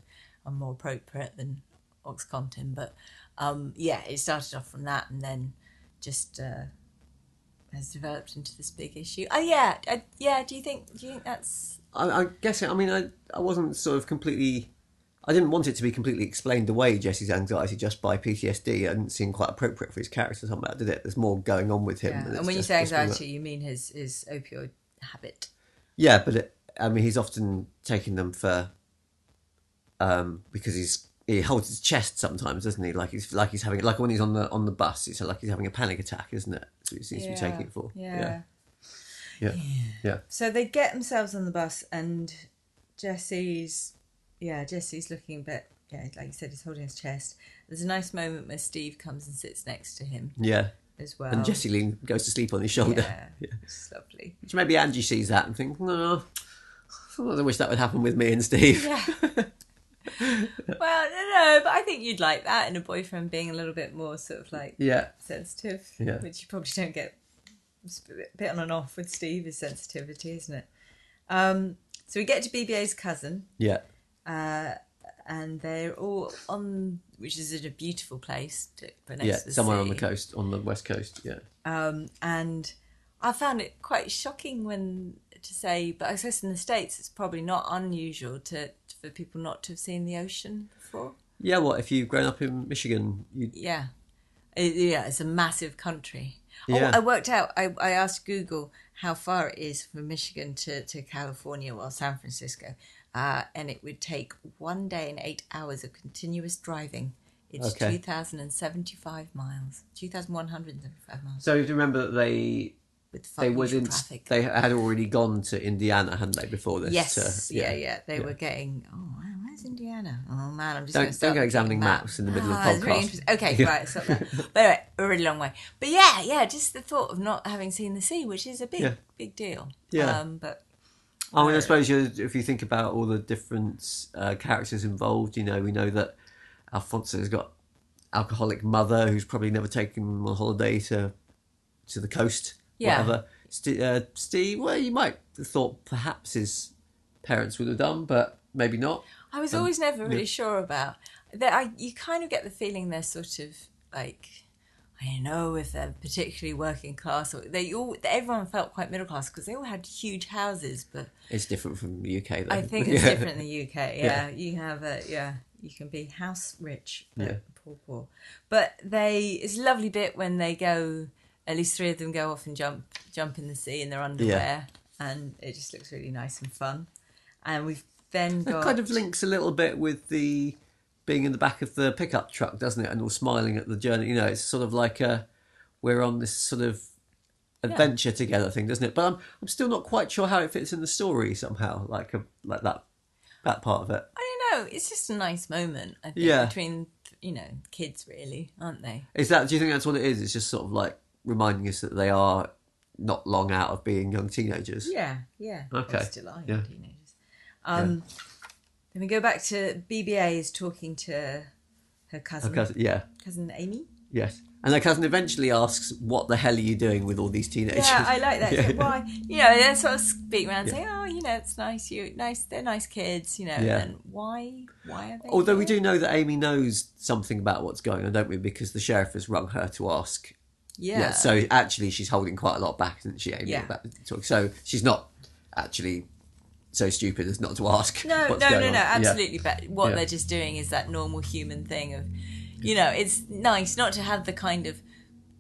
Speaker 2: and more appropriate than oxycontin but um yeah it started off from that and then just uh has developed into this big issue oh yeah I, yeah do you think do you think that's
Speaker 1: I, I guess I mean I, I wasn't sort of completely I didn't want it to be completely explained away Jesse's anxiety just by PTSD. I didn't seem quite appropriate for his character somehow, did it? There's more going on with him.
Speaker 2: yeah.
Speaker 1: it's
Speaker 2: and when you
Speaker 1: just-
Speaker 2: say
Speaker 1: just been-
Speaker 2: anxiety you mean his his opioid habit
Speaker 1: yeah, but it, I mean he's often taking them for um, because he's he holds his chest sometimes, doesn't he? Like he's like he's having like when he's on the on the bus, it's like he's having a panic attack, isn't it? So he seems to be taking it for.
Speaker 2: yeah.
Speaker 1: yeah, yeah. yeah.
Speaker 2: So they get themselves on the bus, and Jesse's, yeah, Jesse's looking a bit, yeah, like you said, he's holding his chest. There's a nice moment where Steve comes and sits next to him
Speaker 1: Yeah.
Speaker 2: as well.
Speaker 1: and Jesse lean, goes to sleep on his shoulder.
Speaker 2: Um, yeah, it's lovely.
Speaker 1: Which maybe Angie sees that and thinks, no, sometimes I wish that would happen with me and Steve.
Speaker 2: Yeah. well, no, no, but I think you'd like that in a boyfriend being a little bit more sort of like
Speaker 1: Yeah.
Speaker 2: sensitive,
Speaker 1: Yeah.
Speaker 2: which you probably don't get. It's a bit- bit on and off with Steve is sensitivity, isn't it? Um, so we get to BBA's cousin,
Speaker 1: Yeah.
Speaker 2: and they're all on, which is in a beautiful place, to, for next
Speaker 1: Yeah.
Speaker 2: to the
Speaker 1: Somewhere on
Speaker 2: sea.
Speaker 1: the coast, on the west coast. Yeah.
Speaker 2: Um, and I found it quite shocking when to say, but I guess in the states it's probably not unusual to for people not to have seen the ocean before.
Speaker 1: Yeah. What if you've grown up in Michigan? You,
Speaker 2: Yeah, It- yeah, it's a massive country.
Speaker 1: Yeah.
Speaker 2: Oh, I worked out. I, I asked Google how far it is from Michigan to, to California or San Francisco, uh, and it would take one day and eight hours of continuous driving. It's
Speaker 1: Okay.
Speaker 2: 2,075 miles, 2,175 miles
Speaker 1: So you remember that they
Speaker 2: with
Speaker 1: they
Speaker 2: fucking
Speaker 1: was in
Speaker 2: traffic.
Speaker 1: they had already gone to Indiana, hadn't they, before this?
Speaker 2: yes,
Speaker 1: to-
Speaker 2: yeah, yeah, They were getting, oh, wow, where's Indiana? Oh, man, I'm just
Speaker 1: Don't-
Speaker 2: going to
Speaker 1: don't
Speaker 2: start
Speaker 1: go
Speaker 2: looking at
Speaker 1: examining maps in the middle of
Speaker 2: Ah, it's really
Speaker 1: podcast.
Speaker 2: interesting. okay, right, stop there. But anyway, a really long way. But yeah, yeah, just the thought of not having seen the sea, which is a big,
Speaker 1: Yeah.
Speaker 2: big deal.
Speaker 1: Yeah.
Speaker 2: Um, but
Speaker 1: I mean, I suppose you, if you think about all the different uh, characters involved, you know, we know that Alfonso's got alcoholic mother who's probably never taken him on holiday to to the coast,
Speaker 2: Yeah.
Speaker 1: whatever. St- uh, Steve, well, you might have thought perhaps his parents would have done, but maybe not.
Speaker 2: I
Speaker 1: Um,
Speaker 2: was always never really sure about that. I you kind of get the feeling they're sort of like I don't know if they're particularly working class or they all everyone felt quite middle class because they all had huge houses, but
Speaker 1: It's different from the UK, though.
Speaker 2: I think it's
Speaker 1: Yeah.
Speaker 2: different in the UK. Yeah, you have a yeah, you can be house rich, but
Speaker 1: Yeah.
Speaker 2: poor poor. But they it's a lovely bit when they go. At least three of them go off and jump jump in the sea in their underwear, and it just looks really nice and fun. And we've then
Speaker 1: That
Speaker 2: got
Speaker 1: kind of links a little bit with the being in the back of the pickup truck, doesn't it? And all smiling at the journey. You know, it's sort of like a we're on this sort of adventure together thing, doesn't it? But I'm I'm still not quite sure how it fits in the story somehow, like a, like that that part of it.
Speaker 2: I don't know. It's just a nice moment. I think
Speaker 1: Yeah.
Speaker 2: between you know kids, really, aren't they?
Speaker 1: Is that? Do you think that's what it is? It's just sort of like reminding us that they are not long out of being young teenagers.
Speaker 2: Yeah, yeah.
Speaker 1: Okay.
Speaker 2: Or still are
Speaker 1: Yeah.
Speaker 2: teenagers. Um, Then we go back to BBA is talking to her cousin,
Speaker 1: Because- yeah.
Speaker 2: cousin Amy.
Speaker 1: Yes. And their cousin eventually asks, "What the hell are you doing with all these teenagers?"
Speaker 2: Yeah, I like that.
Speaker 1: Yeah.
Speaker 2: So why? You know, they sort of speak around, saying, "Oh, you know, it's nice. You nice. They're nice kids. You know."
Speaker 1: Yeah.
Speaker 2: And why? Why are they?
Speaker 1: Although we
Speaker 2: here?
Speaker 1: do know that Amy knows something about what's going on, don't we? Because the sheriff has rung her to ask.
Speaker 2: Yeah.
Speaker 1: Yeah. so actually, she's holding quite a lot back, isn't she, Amy?
Speaker 2: Yeah.
Speaker 1: About talk. So she's not actually so stupid as not to ask.
Speaker 2: No,
Speaker 1: what's
Speaker 2: no, no,
Speaker 1: going
Speaker 2: no,
Speaker 1: on. Yeah.
Speaker 2: absolutely. But what
Speaker 1: Yeah.
Speaker 2: they're just doing is that normal human thing of, you know, it's nice not to have the kind of,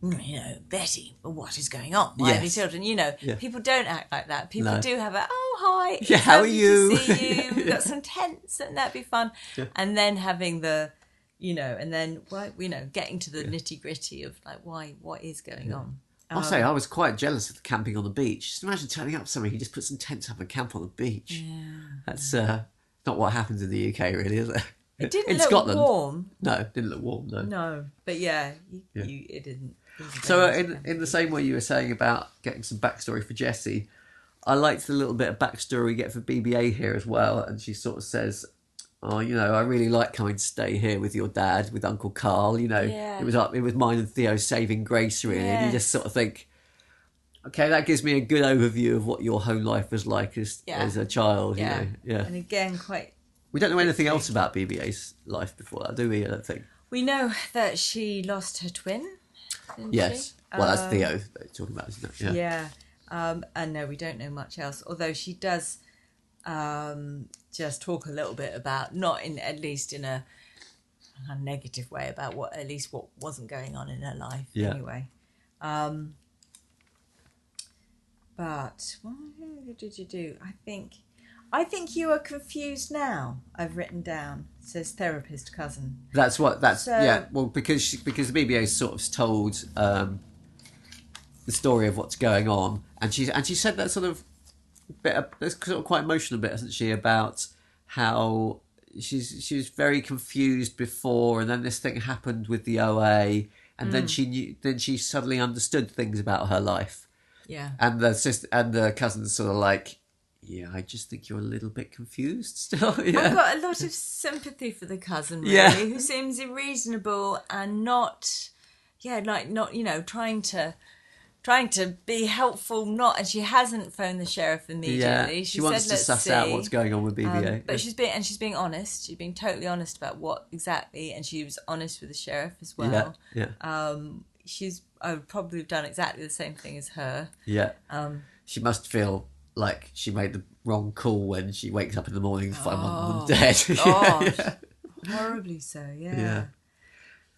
Speaker 2: "Mm, you know, Betty, what is going on? Why are the
Speaker 1: Yes.
Speaker 2: children? You know,
Speaker 1: Yeah.
Speaker 2: people don't act like that. People
Speaker 1: No.
Speaker 2: do have a, oh, hi. it's
Speaker 1: Yeah, how are
Speaker 2: lovely to
Speaker 1: you?"
Speaker 2: see you. We've got some tents and that'd be fun. And then having the, you know, and then, well, you know, getting to the nitty gritty of like, why, what is going on?
Speaker 1: I'll say
Speaker 2: Um,
Speaker 1: I was quite jealous of the camping on the beach. Just imagine turning up somewhere, you just put some tents up and camp on the beach. That's uh, not what happens in the UK, really, is it?
Speaker 2: It didn't
Speaker 1: in
Speaker 2: look
Speaker 1: Scotland.
Speaker 2: warm.
Speaker 1: No, didn't look warm. No.
Speaker 2: No, but yeah, you,
Speaker 1: Yeah.
Speaker 2: You, it didn't. it was
Speaker 1: So uh,
Speaker 2: very
Speaker 1: in in the same way you were saying about getting some backstory for Jessie, I liked the little bit of backstory we get for BBA here as well, and she sort of says. Oh, you know, I really like coming to stay here with your dad, with Uncle Carl. You know,
Speaker 2: Yeah.
Speaker 1: it was up, it was mine and Theo's saving grace, really. And you just
Speaker 2: Yes.
Speaker 1: sort of think, okay, that gives me a good overview of what your home life was like as
Speaker 2: Yeah.
Speaker 1: as a child.
Speaker 2: Yeah.
Speaker 1: You know, yeah.
Speaker 2: And again, quite.
Speaker 1: we don't know anything else about BBA's life before that, do we? I don't think.
Speaker 2: We know that she lost her twin. didn't
Speaker 1: Yes.
Speaker 2: she?
Speaker 1: well, that's
Speaker 2: Um,
Speaker 1: Theo that you're talking about, isn't it? Yeah.
Speaker 2: Yeah. Um, and no, we don't know much else. Although she does um, just talk a little bit about, not in at least in a, a negative way, about what at least what wasn't going on in her life
Speaker 1: Yeah.
Speaker 2: anyway. Um, but what did you do? I think, I think you are confused now. I've written down says therapist cousin.
Speaker 1: That's what. That's
Speaker 2: So-
Speaker 1: yeah. Well, because she, because the BBA sort of told um, the story of what's going on, and she and she said that sort of bit. of- That's sort of quite emotional bit, isn't she? About how she's she was very confused before, and then this thing happened with the OA, and
Speaker 2: Mm.
Speaker 1: then she knew. Then she suddenly understood things about her life,
Speaker 2: Yeah.
Speaker 1: and the sister and the cousins sort of like, yeah, I just think you're a little bit confused still.
Speaker 2: I've
Speaker 1: yeah.
Speaker 2: got a lot of sympathy for the cousin, really,
Speaker 1: Yeah.
Speaker 2: who seems reasonable and not, yeah, like not you know trying to, trying to be helpful. Not and she hasn't phoned the sheriff
Speaker 1: Yeah,
Speaker 2: immediately.
Speaker 1: she, wants
Speaker 2: said,
Speaker 1: to
Speaker 2: "Let's
Speaker 1: suss
Speaker 2: see."
Speaker 1: out what's eh? going on with BBA.
Speaker 2: Um, but she's being and she's being honest. She's being totally honest about what exactly, and she was honest with the sheriff as well.
Speaker 1: Yeah, yeah,
Speaker 2: Um, she's I would probably have done exactly the same thing as her.
Speaker 1: yeah.
Speaker 2: Um,
Speaker 1: She must feel like she made the wrong call when she wakes up in the morning to find one of
Speaker 2: Oh,
Speaker 1: them dead.
Speaker 2: God. Horribly so, yeah.
Speaker 1: Yeah.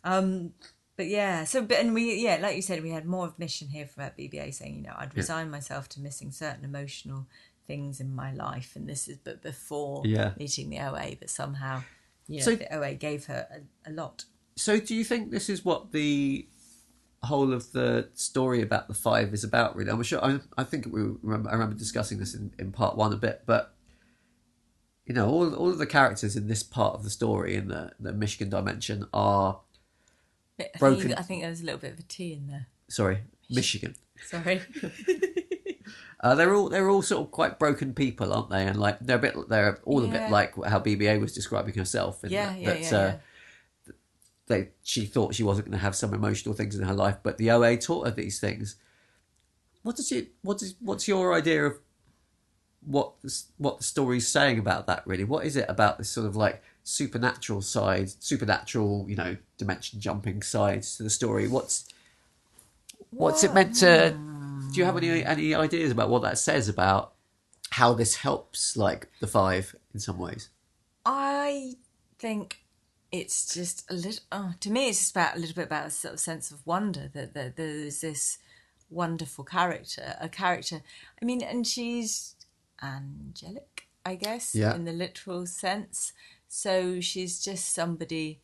Speaker 2: Um, But yeah, so but and we yeah, like you said, we had more of mission here from at BBA saying, you know, I'd resign myself to missing certain emotional things in my life, and this is but before
Speaker 1: Yeah.
Speaker 2: meeting the OA, but somehow, you know,
Speaker 1: So-
Speaker 2: the OA gave her a, a lot.
Speaker 1: So, do you think this is what the whole of the story about the five is about? Really, I'm sure. I, I think we remember. I remember discussing this in, in part one a bit, but you know, all all of the characters in this part of the story in the the Michigan dimension are
Speaker 2: But I think,
Speaker 1: Broken.
Speaker 2: you- I think there was a little bit of a T in there.
Speaker 1: sorry, Michigan.
Speaker 2: Sorry.
Speaker 1: Uh, they're all they're all sort of quite broken people, aren't they? And like they're a bit they're all a
Speaker 2: Yeah.
Speaker 1: bit like how BBA was describing herself. In
Speaker 2: Yeah,
Speaker 1: that,
Speaker 2: yeah,
Speaker 1: that,
Speaker 2: yeah,
Speaker 1: uh,
Speaker 2: yeah.
Speaker 1: th- They, she thought she wasn't going to have some emotional things in her life, but the OA taught her these things. What does you what is what's your idea of what this, what the story's saying about that really? What is it about this sort of like supernatural side, supernatural you know dimension jumping side to the story? What's what's it meant to do you have any any ideas about what that says about how this helps like the five in some ways
Speaker 2: I think it's just a little. Oh, to me, it's just about a little bit about a sort of sense of wonder that, that there's this wonderful character, a character. I mean, and she's angelic, I guess,
Speaker 1: Yeah.
Speaker 2: in the literal sense. So she's just somebody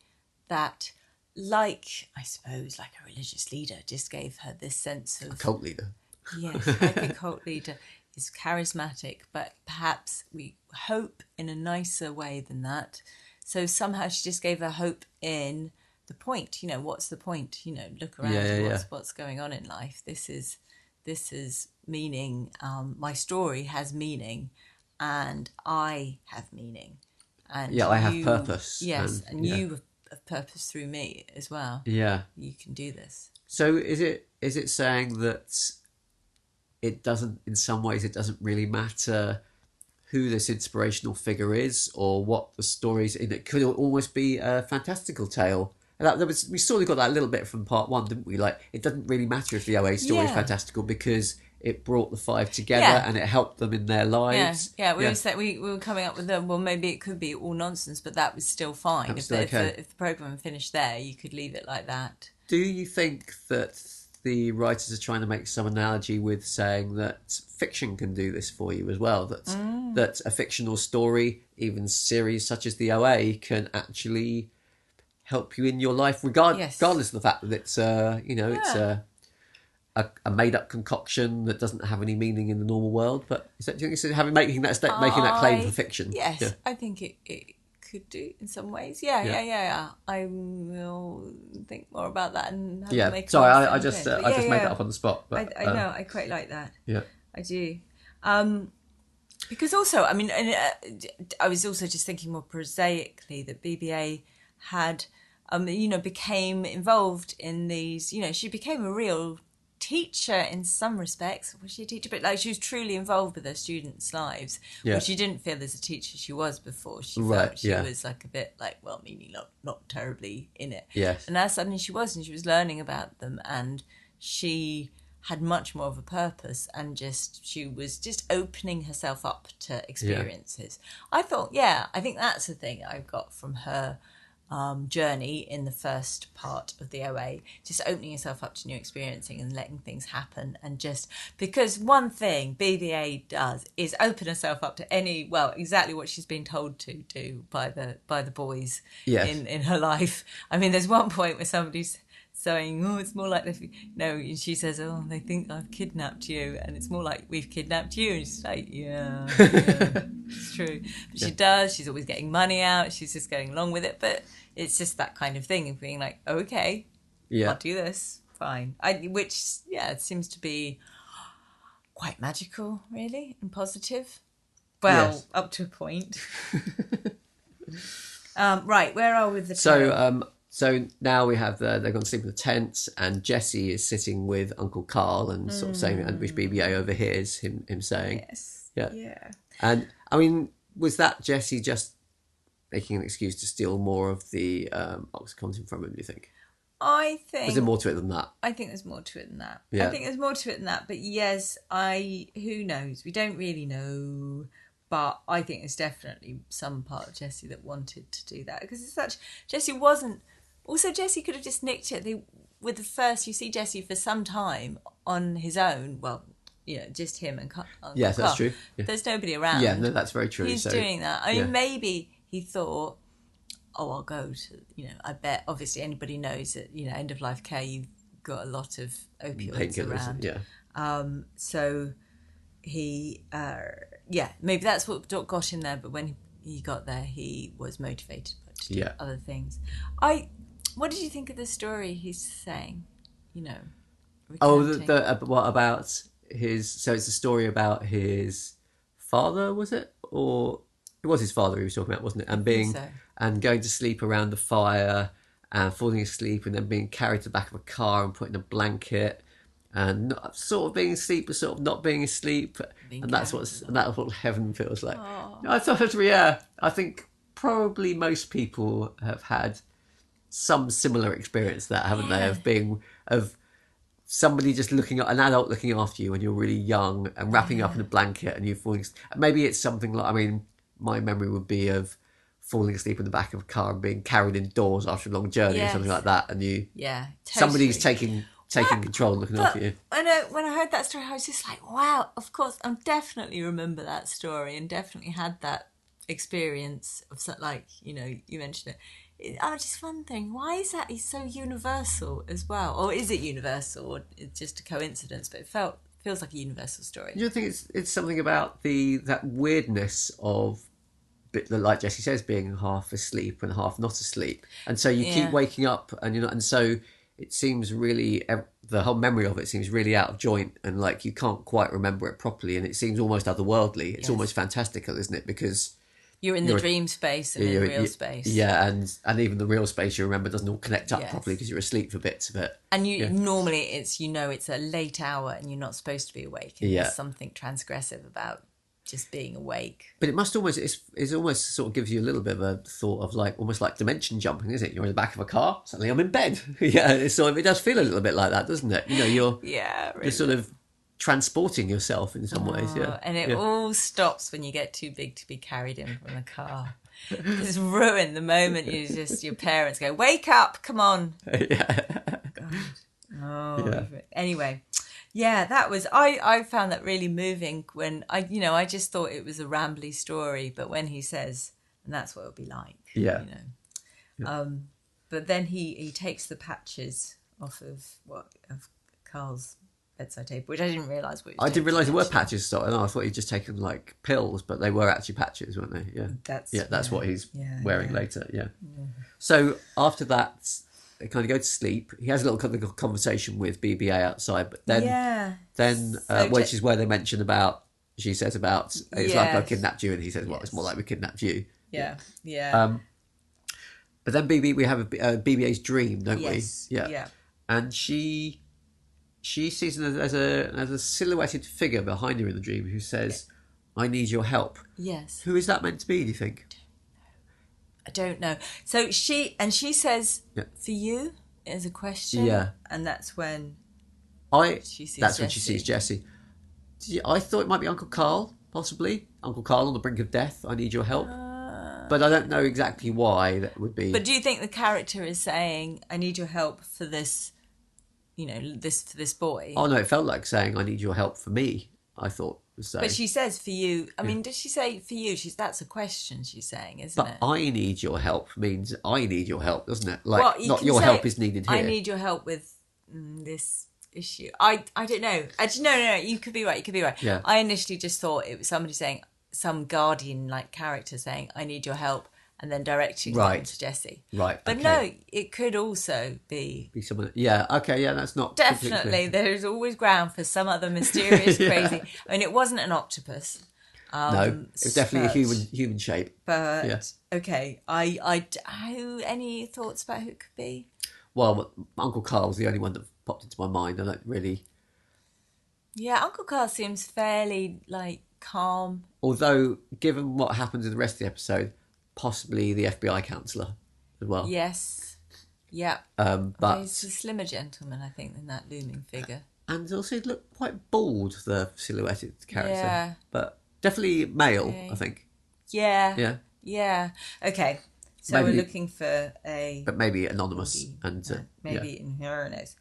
Speaker 2: that, like I suppose, like a religious leader, just gave her this sense of
Speaker 1: cult leader
Speaker 2: Yes, like a cult leader is charismatic, but perhaps we hope in a nicer way than that. So somehow she just gave her hope in the point. You know, what's the point? You know, look around.
Speaker 1: Yeah, yeah,
Speaker 2: what's,
Speaker 1: yeah.
Speaker 2: what's going on in life? This is this is meaning. Um, my story has meaning, and I have meaning. And
Speaker 1: Yeah, I have
Speaker 2: you-
Speaker 1: purpose,
Speaker 2: Yes,
Speaker 1: and-
Speaker 2: and,
Speaker 1: yeah.
Speaker 2: you have- have purpose through me as well.
Speaker 1: yeah
Speaker 2: You can do this.
Speaker 1: so is it is it saying that it doesn't in some ways it doesn't really matter who this inspirational figure is or what the story's in it could almost be a fantastical tale And that, that was, we sort of got that little bit from part one, didn't we? Like, it doesn't really matter if the OA story is
Speaker 2: Yeah.
Speaker 1: fantastical because it brought the five together
Speaker 2: Yeah.
Speaker 1: and it helped them in their
Speaker 2: Yeah,
Speaker 1: lives.
Speaker 2: yeah. We were sa- we, we were coming up with them. Well, maybe it could be all nonsense, but that was still fine.
Speaker 1: was
Speaker 2: if,
Speaker 1: still
Speaker 2: the, if
Speaker 1: okay.
Speaker 2: the, if the program finished there, you could leave it like that.
Speaker 1: Do you think that the writers are trying to make some analogy with saying that fiction can do this for you as well? That
Speaker 2: Mm.
Speaker 1: that a fictional story, even series such as the OA, can actually help you in your life, regard,
Speaker 2: Yes.
Speaker 1: regardless of the fact that it's uh, you know it's a, a a made up concoction that doesn't have any meaning in the normal world. But is that do you think it's having making that sta- making that claim for
Speaker 2: I-
Speaker 1: fiction?
Speaker 2: Yes,
Speaker 1: Yeah.
Speaker 2: I think it, it could do in some ways. Yeah,
Speaker 1: Yeah.
Speaker 2: yeah, yeah, yeah. I will think more about that and have
Speaker 1: Yeah.
Speaker 2: to make.
Speaker 1: Sorry,
Speaker 2: a
Speaker 1: I, I
Speaker 2: sentence.
Speaker 1: just uh,
Speaker 2: But
Speaker 1: I
Speaker 2: yeah,
Speaker 1: just made
Speaker 2: yeah.
Speaker 1: that up on the spot. But
Speaker 2: I, I
Speaker 1: uh,
Speaker 2: know. I quite like that.
Speaker 1: Yeah.
Speaker 2: I do. Um, because also, I mean, and, uh, I was also just thinking more prosaically that BBA had, um, you know, became involved in these, you know, she became a real teacher in some respects. Was she a teacher? But like she was truly involved with her students' lives,
Speaker 1: Yeah.
Speaker 2: which she didn't feel as a teacher she was before. She
Speaker 1: Right,
Speaker 2: felt she
Speaker 1: yeah.
Speaker 2: was like a bit like, well, meaning not, not terribly in it.
Speaker 1: Yes.
Speaker 2: And now suddenly she was, and she was learning about them, and she had much more of a purpose, and just she was just opening herself up to experiences. I thought, yeah, I think that's the thing I got from her um, journey in the first part of the OA, just opening yourself up to new experiencing and letting things happen, and just because one thing BBA does is open herself up to any well exactly what she's been told to do by the by the boys
Speaker 1: Yes.
Speaker 2: in in her life. I mean, there's one point where somebody's saying, "Oh, it's more like they," f- no, and she says, "Oh, they think I've kidnapped you," and it's more like we've kidnapped you. And she's like, "Yeah, yeah, it's true." But she does. She's always getting money out. She's just going along with it. But it's just that kind of thing of being like, "Okay,
Speaker 1: Yeah.
Speaker 2: I'll do this. Fine." I, which, yeah, it seems to be quite magical, really, and positive. Well,
Speaker 1: Yes.
Speaker 2: up to a point. um, right, where are we with the
Speaker 1: So
Speaker 2: tarot?
Speaker 1: um, so now we have the, they're going to sleep in the tent, and Jesse is sitting with Uncle Carl and sort of saying, and which
Speaker 2: Mm.
Speaker 1: BBA overhears him him saying,
Speaker 2: Yes.
Speaker 1: Yeah.
Speaker 2: Yeah.
Speaker 1: and I mean, was that Jesse just making an excuse to steal more of the um, OxyContin from him? Do you think?
Speaker 2: I
Speaker 1: Is
Speaker 2: think
Speaker 1: there more to it than that?
Speaker 2: I think there's more to it than that.
Speaker 1: Yeah.
Speaker 2: I think there's more to it than that. But yes, I who knows? We don't really know. But I think there's definitely some part of Jesse that wanted to do that because it's such. Jesse wasn't. Also, Jesse could have just nicked it. They with the first you see Jesse for some time on his own. Well, you know, just him and Car- Uncle
Speaker 1: Yes, that's
Speaker 2: Carl.
Speaker 1: true. Yeah.
Speaker 2: There's nobody around.
Speaker 1: yeah, no, that's very true.
Speaker 2: He's
Speaker 1: so,
Speaker 2: doing that. I mean,
Speaker 1: yeah.
Speaker 2: maybe he thought, "Oh, I'll go to you know." I bet obviously anybody knows that you know end of life care. You've got a lot of opioids
Speaker 1: painkillers.
Speaker 2: around,
Speaker 1: Yeah,
Speaker 2: so he, uh, yeah, maybe that's what got- got him there. But when he got there, he was motivated to do
Speaker 1: Yeah.
Speaker 2: other things. I, what did you think of the story he's saying? You know,
Speaker 1: Oh, the,
Speaker 2: recounting?
Speaker 1: the uh, what about his? So it's a story about his father, was it? Or it was his father he was talking about, wasn't it? And being
Speaker 2: so.
Speaker 1: and going to sleep around the fire and falling asleep, and then being carried to the back of a car and put in a blanket, and not, sort of being asleep, but sort of not being asleep.
Speaker 2: Being
Speaker 1: and that's
Speaker 2: carried
Speaker 1: what's and that's what heaven feels like. I thought it was yeah. I think probably most people have had some similar experience that haven't they of being of somebody just looking at an adult looking after you when you're really young and wrapping up in a blanket and you're falling as- maybe it's something like i mean my memory would be of falling asleep in the back of a car and being carried indoors after a long journey or something like
Speaker 2: Yes.
Speaker 1: that and you
Speaker 2: yeah, totally.
Speaker 1: somebody's taking taking control and looking after
Speaker 2: But
Speaker 1: you
Speaker 2: I know when I heard that story, I was just like, wow, of course, I definitely remember that story and definitely had that experience of so- like, you know, you mentioned it. It- oh, I was just wondering, why is that is so universal as well? Or is it universal or it's just a coincidence? But it felt feels like a universal story.
Speaker 1: Do you think it's it's something about the that weirdness of, bit- like Jesse says, being half asleep and half not asleep, and so you
Speaker 2: Yeah.
Speaker 1: keep waking up and you're not, and so it seems really ev- the whole memory of it seems really out of joint and like you can't quite remember it properly, and it seems almost otherworldly. It's almost fantastical, isn't it? Because
Speaker 2: You're in the
Speaker 1: You're-
Speaker 2: dream space and in
Speaker 1: you're-
Speaker 2: real
Speaker 1: you-
Speaker 2: space.
Speaker 1: yeah, and and even the real space you remember doesn't all connect up
Speaker 2: Yes.
Speaker 1: properly because you're asleep for bits of it.
Speaker 2: And you normally it's you know it's a late hour and you're not supposed to be awake. And
Speaker 1: Yeah.
Speaker 2: There's something transgressive about just being awake.
Speaker 1: But it must almost it's, it's almost sort of gives you a little bit of a thought of like almost like dimension jumping, is it? You're in the back of a car, suddenly I'm in bed. yeah, it's sort of it does feel a little bit like that, doesn't it? You know, you're
Speaker 2: Yeah, really.
Speaker 1: you're sort of transporting yourself in some ways. Yeah,
Speaker 2: Oh, and it
Speaker 1: yeah.
Speaker 2: all stops when you get too big to be carried in from the car. It's ruined the moment you just your parents go, wake up, come on.
Speaker 1: yeah.
Speaker 2: Oh,
Speaker 1: Yeah.
Speaker 2: anyway, yeah, that was I. I found that really moving when I, you know, I just thought it was a rambly story, but when he says, and that's what it'll be like.
Speaker 1: Yeah.
Speaker 2: you know. Um, but then he he takes the patches off of what of Carl's bedside table, which I didn't realise. what he
Speaker 1: I
Speaker 2: was
Speaker 1: didn't
Speaker 2: taking,
Speaker 1: realise there were
Speaker 2: actually.
Speaker 1: patches. So and I thought he'd just taken like pills, but they were actually patches, weren't they? Yeah,
Speaker 2: That's
Speaker 1: yeah. That's what he's
Speaker 2: Yeah,
Speaker 1: wearing
Speaker 2: yeah.
Speaker 1: later. Yeah. So after that, they kind of go to sleep. He has a little con- conversation with BBA outside, but then.
Speaker 2: yeah.
Speaker 1: then uh,
Speaker 2: So
Speaker 1: which
Speaker 2: J-
Speaker 1: is where they mention about she says about it's like I
Speaker 2: Yes.
Speaker 1: kidnapped you and he says well it's more
Speaker 2: Yes.
Speaker 1: like we kidnapped you
Speaker 2: Yeah, yeah.
Speaker 1: um but then BB we have a, B- uh, BBA's dream don't
Speaker 2: yes,
Speaker 1: we
Speaker 2: yeah.
Speaker 1: and she she sees as, as a as a silhouetted figure behind her in the dream who says I need your help
Speaker 2: Yes.
Speaker 1: who is that meant to be do you think
Speaker 2: I don't know. So she and she says
Speaker 1: Yeah.
Speaker 2: for you is a question.
Speaker 1: Yeah.
Speaker 2: And that's when
Speaker 1: I
Speaker 2: She sees
Speaker 1: that's when she
Speaker 2: Jesse.
Speaker 1: sees Jesse Did you- I thought it might be Uncle Carl possibly Uncle Carl on the brink of death I need your help but I don't know exactly why that would be
Speaker 2: Uh, But do you think the character is saying, I need your help for this you know, this for this boy?
Speaker 1: Oh no, it felt like saying I need your help for me. I thought so.
Speaker 2: But she says for you I mean, does she say for you? She's that's a question she's saying, isn't
Speaker 1: But
Speaker 2: it?
Speaker 1: I need your help means I need your help, doesn't it? Like
Speaker 2: you
Speaker 1: not
Speaker 2: can
Speaker 1: your
Speaker 2: say,
Speaker 1: help is needed here.
Speaker 2: I need your help with mm, this issue. I I don't know. Actually, no, no, no. You could be right. You could be right.
Speaker 1: Yeah.
Speaker 2: I initially just thought it was somebody saying some guardian like character saying, "I need your help," and then directing them
Speaker 1: Right.
Speaker 2: to Jesse.
Speaker 1: Right,
Speaker 2: But
Speaker 1: okay.
Speaker 2: no, it could also be.
Speaker 1: Be someone. Yeah. Okay. Yeah. That's not completely clear.
Speaker 2: Definitely, there is always ground for some other mysterious,
Speaker 1: Yeah.
Speaker 2: crazy. I mean, it wasn't an octopus, Um,
Speaker 1: No, it was definitely
Speaker 2: but-
Speaker 1: a human human shape.
Speaker 2: but
Speaker 1: Yeah.
Speaker 2: okay. I, I, who? Any thoughts about who it could be?
Speaker 1: Well, Uncle Carl's the only one that popped into my mind. I don't really.
Speaker 2: Yeah, Uncle Carl seems fairly like calm.
Speaker 1: Although, given what happens in the rest of the episode, possibly the FBI counselor as well.
Speaker 2: Yes. Yeah.
Speaker 1: Um, Oh.
Speaker 2: But
Speaker 1: but Uh,
Speaker 2: he's a slimmer gentleman, I think, than that looming figure.
Speaker 1: and also it looked quite bald the silhouetted character.
Speaker 2: Yeah.
Speaker 1: But definitely male,
Speaker 2: Okay.
Speaker 1: I think.
Speaker 2: Yeah.
Speaker 1: Yeah.
Speaker 2: Yeah. Okay. So
Speaker 1: Maybe-
Speaker 2: we're looking for a
Speaker 1: but maybe anonymous
Speaker 2: Maybe,
Speaker 1: and uh,
Speaker 2: uh, maybe in her knows.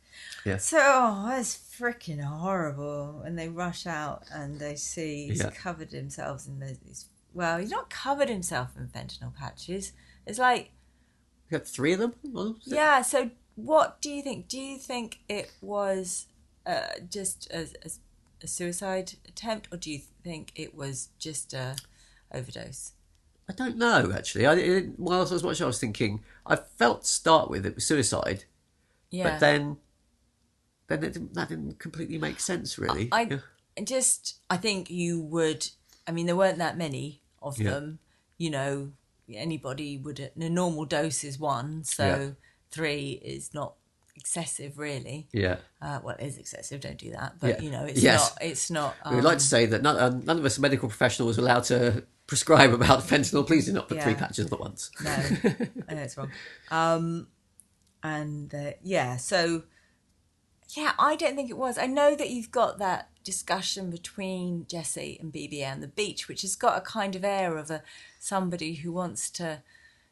Speaker 1: Yeah.
Speaker 2: So oh, that's freaking horrible when they rush out and they see he's
Speaker 1: Yeah.
Speaker 2: covered himself in those. these- Well, he's not covered himself in fentanyl patches. It's like
Speaker 1: Yeah. You got three of them. What was it?
Speaker 2: yeah. So what do you think? Do you think it was uh, just a, a, a suicide attempt, or do you think it was just a overdose?
Speaker 1: I don't know actually. I it, while I was watching, I was thinking I felt to start with it was suicide,
Speaker 2: Yeah.
Speaker 1: but then then it didn't, that didn't completely make sense really.
Speaker 2: I
Speaker 1: Yeah.
Speaker 2: just I think you would. I mean, there weren't that many of
Speaker 1: Yeah.
Speaker 2: them. You know, anybody would. A normal dose is one, so
Speaker 1: Yeah.
Speaker 2: three is not excessive, really.
Speaker 1: yeah.
Speaker 2: Uh, well, it is excessive. Don't do that. But
Speaker 1: Yeah.
Speaker 2: you know, it's
Speaker 1: Yes.
Speaker 2: not. It's not. Um,
Speaker 1: We would like to say that none, uh, none of us medical professionals are allowed to prescribe about fentanyl. Please do not put three
Speaker 2: Yeah.
Speaker 1: patches on at once.
Speaker 2: No, I know it's wrong. Um, and uh, yeah, so yeah, I don't think it was. I know that you've got that discussion between Jesse and BBA on the beach, which has got a kind of air of a somebody who wants to,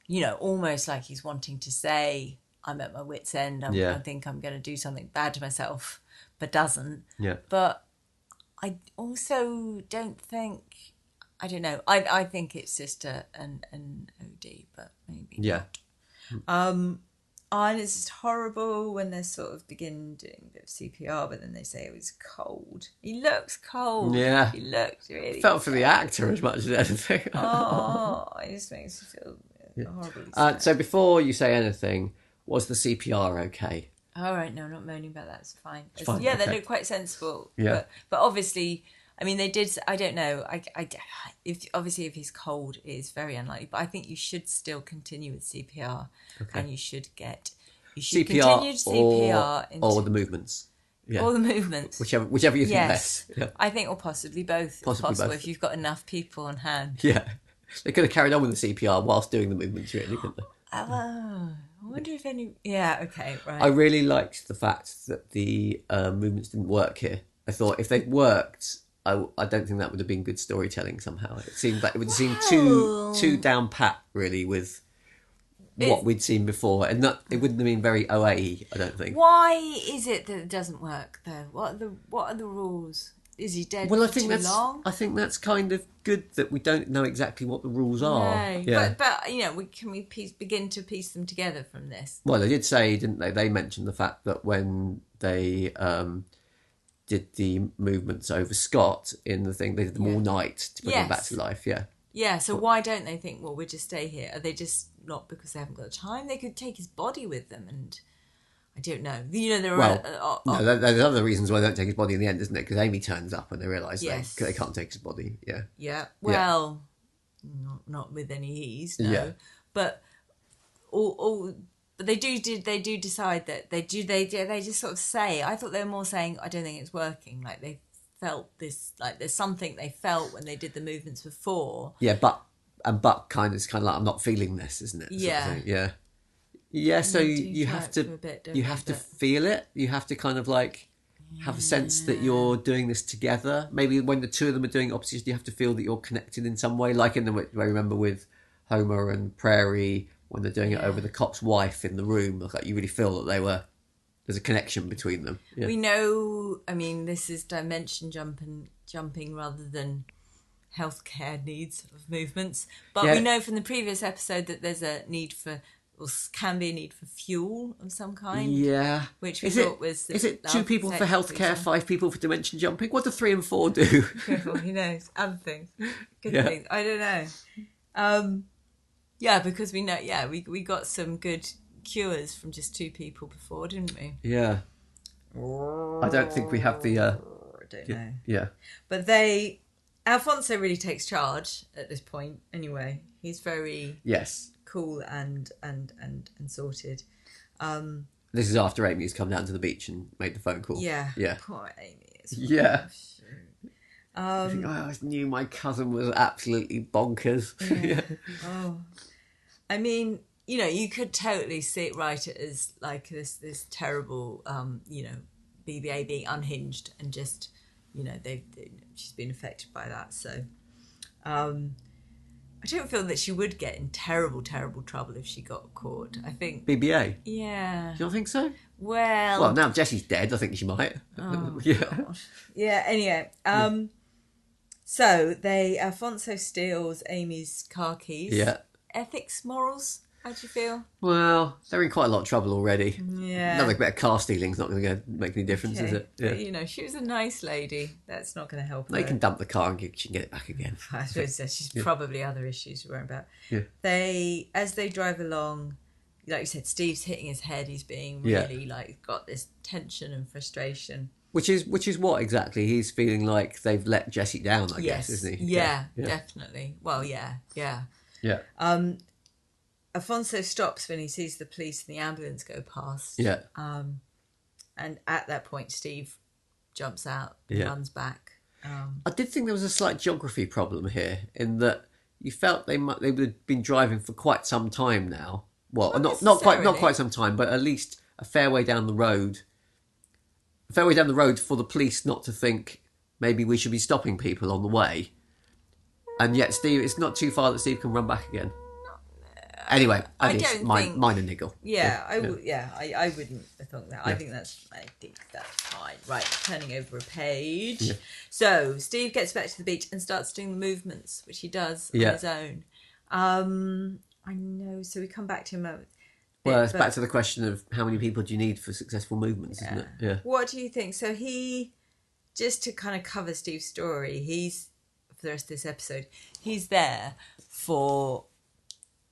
Speaker 2: you know, almost like he's wanting to say, "I'm at my wits' end. I'm,
Speaker 1: Yeah.
Speaker 2: I think I'm going to do something bad to myself," but doesn't
Speaker 1: Yeah.
Speaker 2: but I also don't think I don't know. I I think it's just a an an OD, but maybe
Speaker 1: Yeah.
Speaker 2: not. Um, and it's just horrible when they sort of begin doing a bit of CPR, but then they say it was cold. He looks cold.
Speaker 1: Yeah.
Speaker 2: he looks really.
Speaker 1: Felt for the actor as much as anything.
Speaker 2: oh, it just makes me feel horrible.
Speaker 1: Uh, so before you say anything, was the CPR okay?
Speaker 2: All right, no, I'm not moaning about that. It's fine. It's-
Speaker 1: fine,
Speaker 2: yeah, they
Speaker 1: okay.
Speaker 2: look quite sensible.
Speaker 1: Yeah.
Speaker 2: but, but obviously, I mean, they did. s- I don't know. I, I, if obviously if he's cold, it's very unlikely. But I think you should still continue with CPR, and you should get you should continue
Speaker 1: CPR,
Speaker 2: CPR
Speaker 1: or, or
Speaker 2: into
Speaker 1: the movements, yeah.
Speaker 2: all the movements.
Speaker 1: whichever whichever you
Speaker 2: Yes.
Speaker 1: think best.
Speaker 2: I think, or possibly both, if
Speaker 1: Possibly
Speaker 2: possible,
Speaker 1: both.
Speaker 2: if you've got enough people on hand.
Speaker 1: Yeah. yeah, they could have carried on with the CPR whilst doing the movements, really, couldn't they?
Speaker 2: Oh, I wonder if any. Yeah. Okay. Right.
Speaker 1: I really liked the fact that the uh, movements didn't work here. I thought if they'd worked, I, I don't think that would have been good storytelling somehow. It seemed like it would seem too
Speaker 2: Well-
Speaker 1: too down pat really with what
Speaker 2: It-
Speaker 1: we'd seen before, and that it wouldn't have been very OAE. I don't think.
Speaker 2: Why is it that it doesn't work though? What are the what are the rules? Is he dead
Speaker 1: Well, I
Speaker 2: for
Speaker 1: think
Speaker 2: too
Speaker 1: that's
Speaker 2: long?
Speaker 1: I think that's kind of good that we don't know exactly what the rules are.
Speaker 2: No.
Speaker 1: Yeah.
Speaker 2: But but you know, we can we piece, begin to piece them together from this.
Speaker 1: Well, they did say, didn't they? They mentioned the fact that when they um, did the movements over Scott in the thing, they did them all night to bring him back
Speaker 2: Yes.
Speaker 1: to life. Yeah,
Speaker 2: Yeah, so why don't they think, well, we'll just stay here? Are they just not because they haven't got the time? They could take his body with them and I don't know. You know, there
Speaker 1: Well,
Speaker 2: are uh, uh,
Speaker 1: no, there- there's other reasons why they don't take his body in the end, isn't it? Because Amy turns up and they realise
Speaker 2: Yes.
Speaker 1: they, they can't take his body. Yeah,
Speaker 2: Yeah. Well, Not, not with any ease, no.
Speaker 1: Yeah.
Speaker 2: But all, all, but they do did they do decide that they do they do they just sort of say. I thought they were more saying I don't think it's working. Like they felt this like there's something they felt when they did the movements before.
Speaker 1: yeah, but and but kind of it's kind of like I'm not feeling this, isn't it? sort of
Speaker 2: Yeah.
Speaker 1: thing, yeah, yeah. So
Speaker 2: do
Speaker 1: you, you
Speaker 2: try
Speaker 1: have
Speaker 2: it
Speaker 1: to
Speaker 2: for a bit, don't
Speaker 1: you
Speaker 2: you?
Speaker 1: have to
Speaker 2: But-
Speaker 1: feel it. You have to kind of like have a sense that you're doing this together. Maybe when the two of them are doing opposition, you have to feel that you're connected in some way. Like in the I remember with Homer and Prairie when they're doing it over the cop's wife in the room. Like you really feel that they were there's a connection between them. Yeah.
Speaker 2: We know. I mean, this is dimension jumping, jumping rather than healthcare needs of movements. But
Speaker 1: Yeah.
Speaker 2: we know from the previous episode that there's a need for, or s- can be a need for fuel of some kind.
Speaker 1: Yeah.
Speaker 2: Which we
Speaker 1: is
Speaker 2: thought
Speaker 1: it,
Speaker 2: was the
Speaker 1: Is it two
Speaker 2: love,
Speaker 1: people for
Speaker 2: sex,
Speaker 1: healthcare,
Speaker 2: reason.
Speaker 1: five people for dimension jumping? What do three and four do?
Speaker 2: Well, Who knows? Other things, good
Speaker 1: Yeah.
Speaker 2: things. I don't know. Um, yeah, because we know. Yeah, we we got some good cures from just two people before, didn't we?
Speaker 1: yeah. I don't think we have the uh,
Speaker 2: I don't know.
Speaker 1: yeah.
Speaker 2: But they, Alfonso really takes charge at this point. Anyway, he's very
Speaker 1: Yes.
Speaker 2: cool and and and and sorted.
Speaker 1: This is after Amy's come down to the beach and made the phone call.
Speaker 2: Yeah,
Speaker 1: Yeah.
Speaker 2: Poor Amy. It's
Speaker 1: Yeah.
Speaker 2: fine. Um,
Speaker 1: I, think, "Oh, I always knew my cousin was absolutely bonkers. Yeah.
Speaker 2: Oh, I mean, you know, you could totally see write it as like this this terrible, um, you know, BBA being unhinged and just, you know, they've they, she's been affected by that. So, um, I don't feel that she would get in terrible, terrible trouble if she got caught. I think.
Speaker 1: BBA.
Speaker 2: Yeah.
Speaker 1: You don't think so?
Speaker 2: Um, Well.
Speaker 1: Well, now Jesse's dead. I think she might.
Speaker 2: oh,
Speaker 1: yeah.
Speaker 2: Yeah. Anyway. Um. So they Alfonso steals Amy's car keys.
Speaker 1: Yeah.
Speaker 2: Ethics, morals. How do you feel?
Speaker 1: Well, they're in quite a lot of trouble already.
Speaker 2: Yeah.
Speaker 1: Another bit of car stealing's not going to make any difference, is
Speaker 2: Okay.
Speaker 1: it? Yeah.
Speaker 2: But, you know, she was a nice lady. That's not going to help
Speaker 1: They
Speaker 2: her.
Speaker 1: can dump the car and get- she can get it back again.
Speaker 2: I suppose there's just probably other issues we're about.
Speaker 1: Yeah.
Speaker 2: They, as they drive along, like you said, Steve's hitting his head. He's being
Speaker 1: Yeah.
Speaker 2: really like got this tension and frustration.
Speaker 1: Which is which is what exactly he's feeling like they've let Jesse down. I
Speaker 2: yes,
Speaker 1: guess, isn't he?
Speaker 2: Yeah,
Speaker 1: Yeah. Yeah.
Speaker 2: definitely. Well, yeah, yeah.
Speaker 1: Yeah.
Speaker 2: Um, Alfonso stops when he sees the police and the ambulance go past.
Speaker 1: Yeah.
Speaker 2: Um, and at that point, Steve jumps out,
Speaker 1: Yeah.
Speaker 2: runs back. Um,
Speaker 1: I did think there was a slight geography problem here in that you felt they might they would have been driving for quite some time now. Well, not
Speaker 2: Not
Speaker 1: not, quite not
Speaker 2: necessarily.
Speaker 1: quite some time, but at least a fair way down the road. A fair way down the road for the police not to think maybe we should be stopping people on the way. And yet, Steve, it's not too far that Steve can run back again. Anyway, I,
Speaker 2: I
Speaker 1: think it's
Speaker 2: don't
Speaker 1: min-
Speaker 2: think-
Speaker 1: minor niggle.
Speaker 2: Yeah, I would. Yeah, I, I wouldn't have thought that. I think that's. I think that's fine. Right, turning over a page. So Steve gets back to the beach and starts doing the movements, which he does
Speaker 1: Yeah.
Speaker 2: on his own. Um, I know. So we come back to him. uh, a bit,
Speaker 1: Well, it's
Speaker 2: but
Speaker 1: back to the question of how many people do you need for successful movements, isn't it? Yeah.
Speaker 2: What do you think? So he, just to kind of cover Steve's story, he's for the rest of this episode, he's there for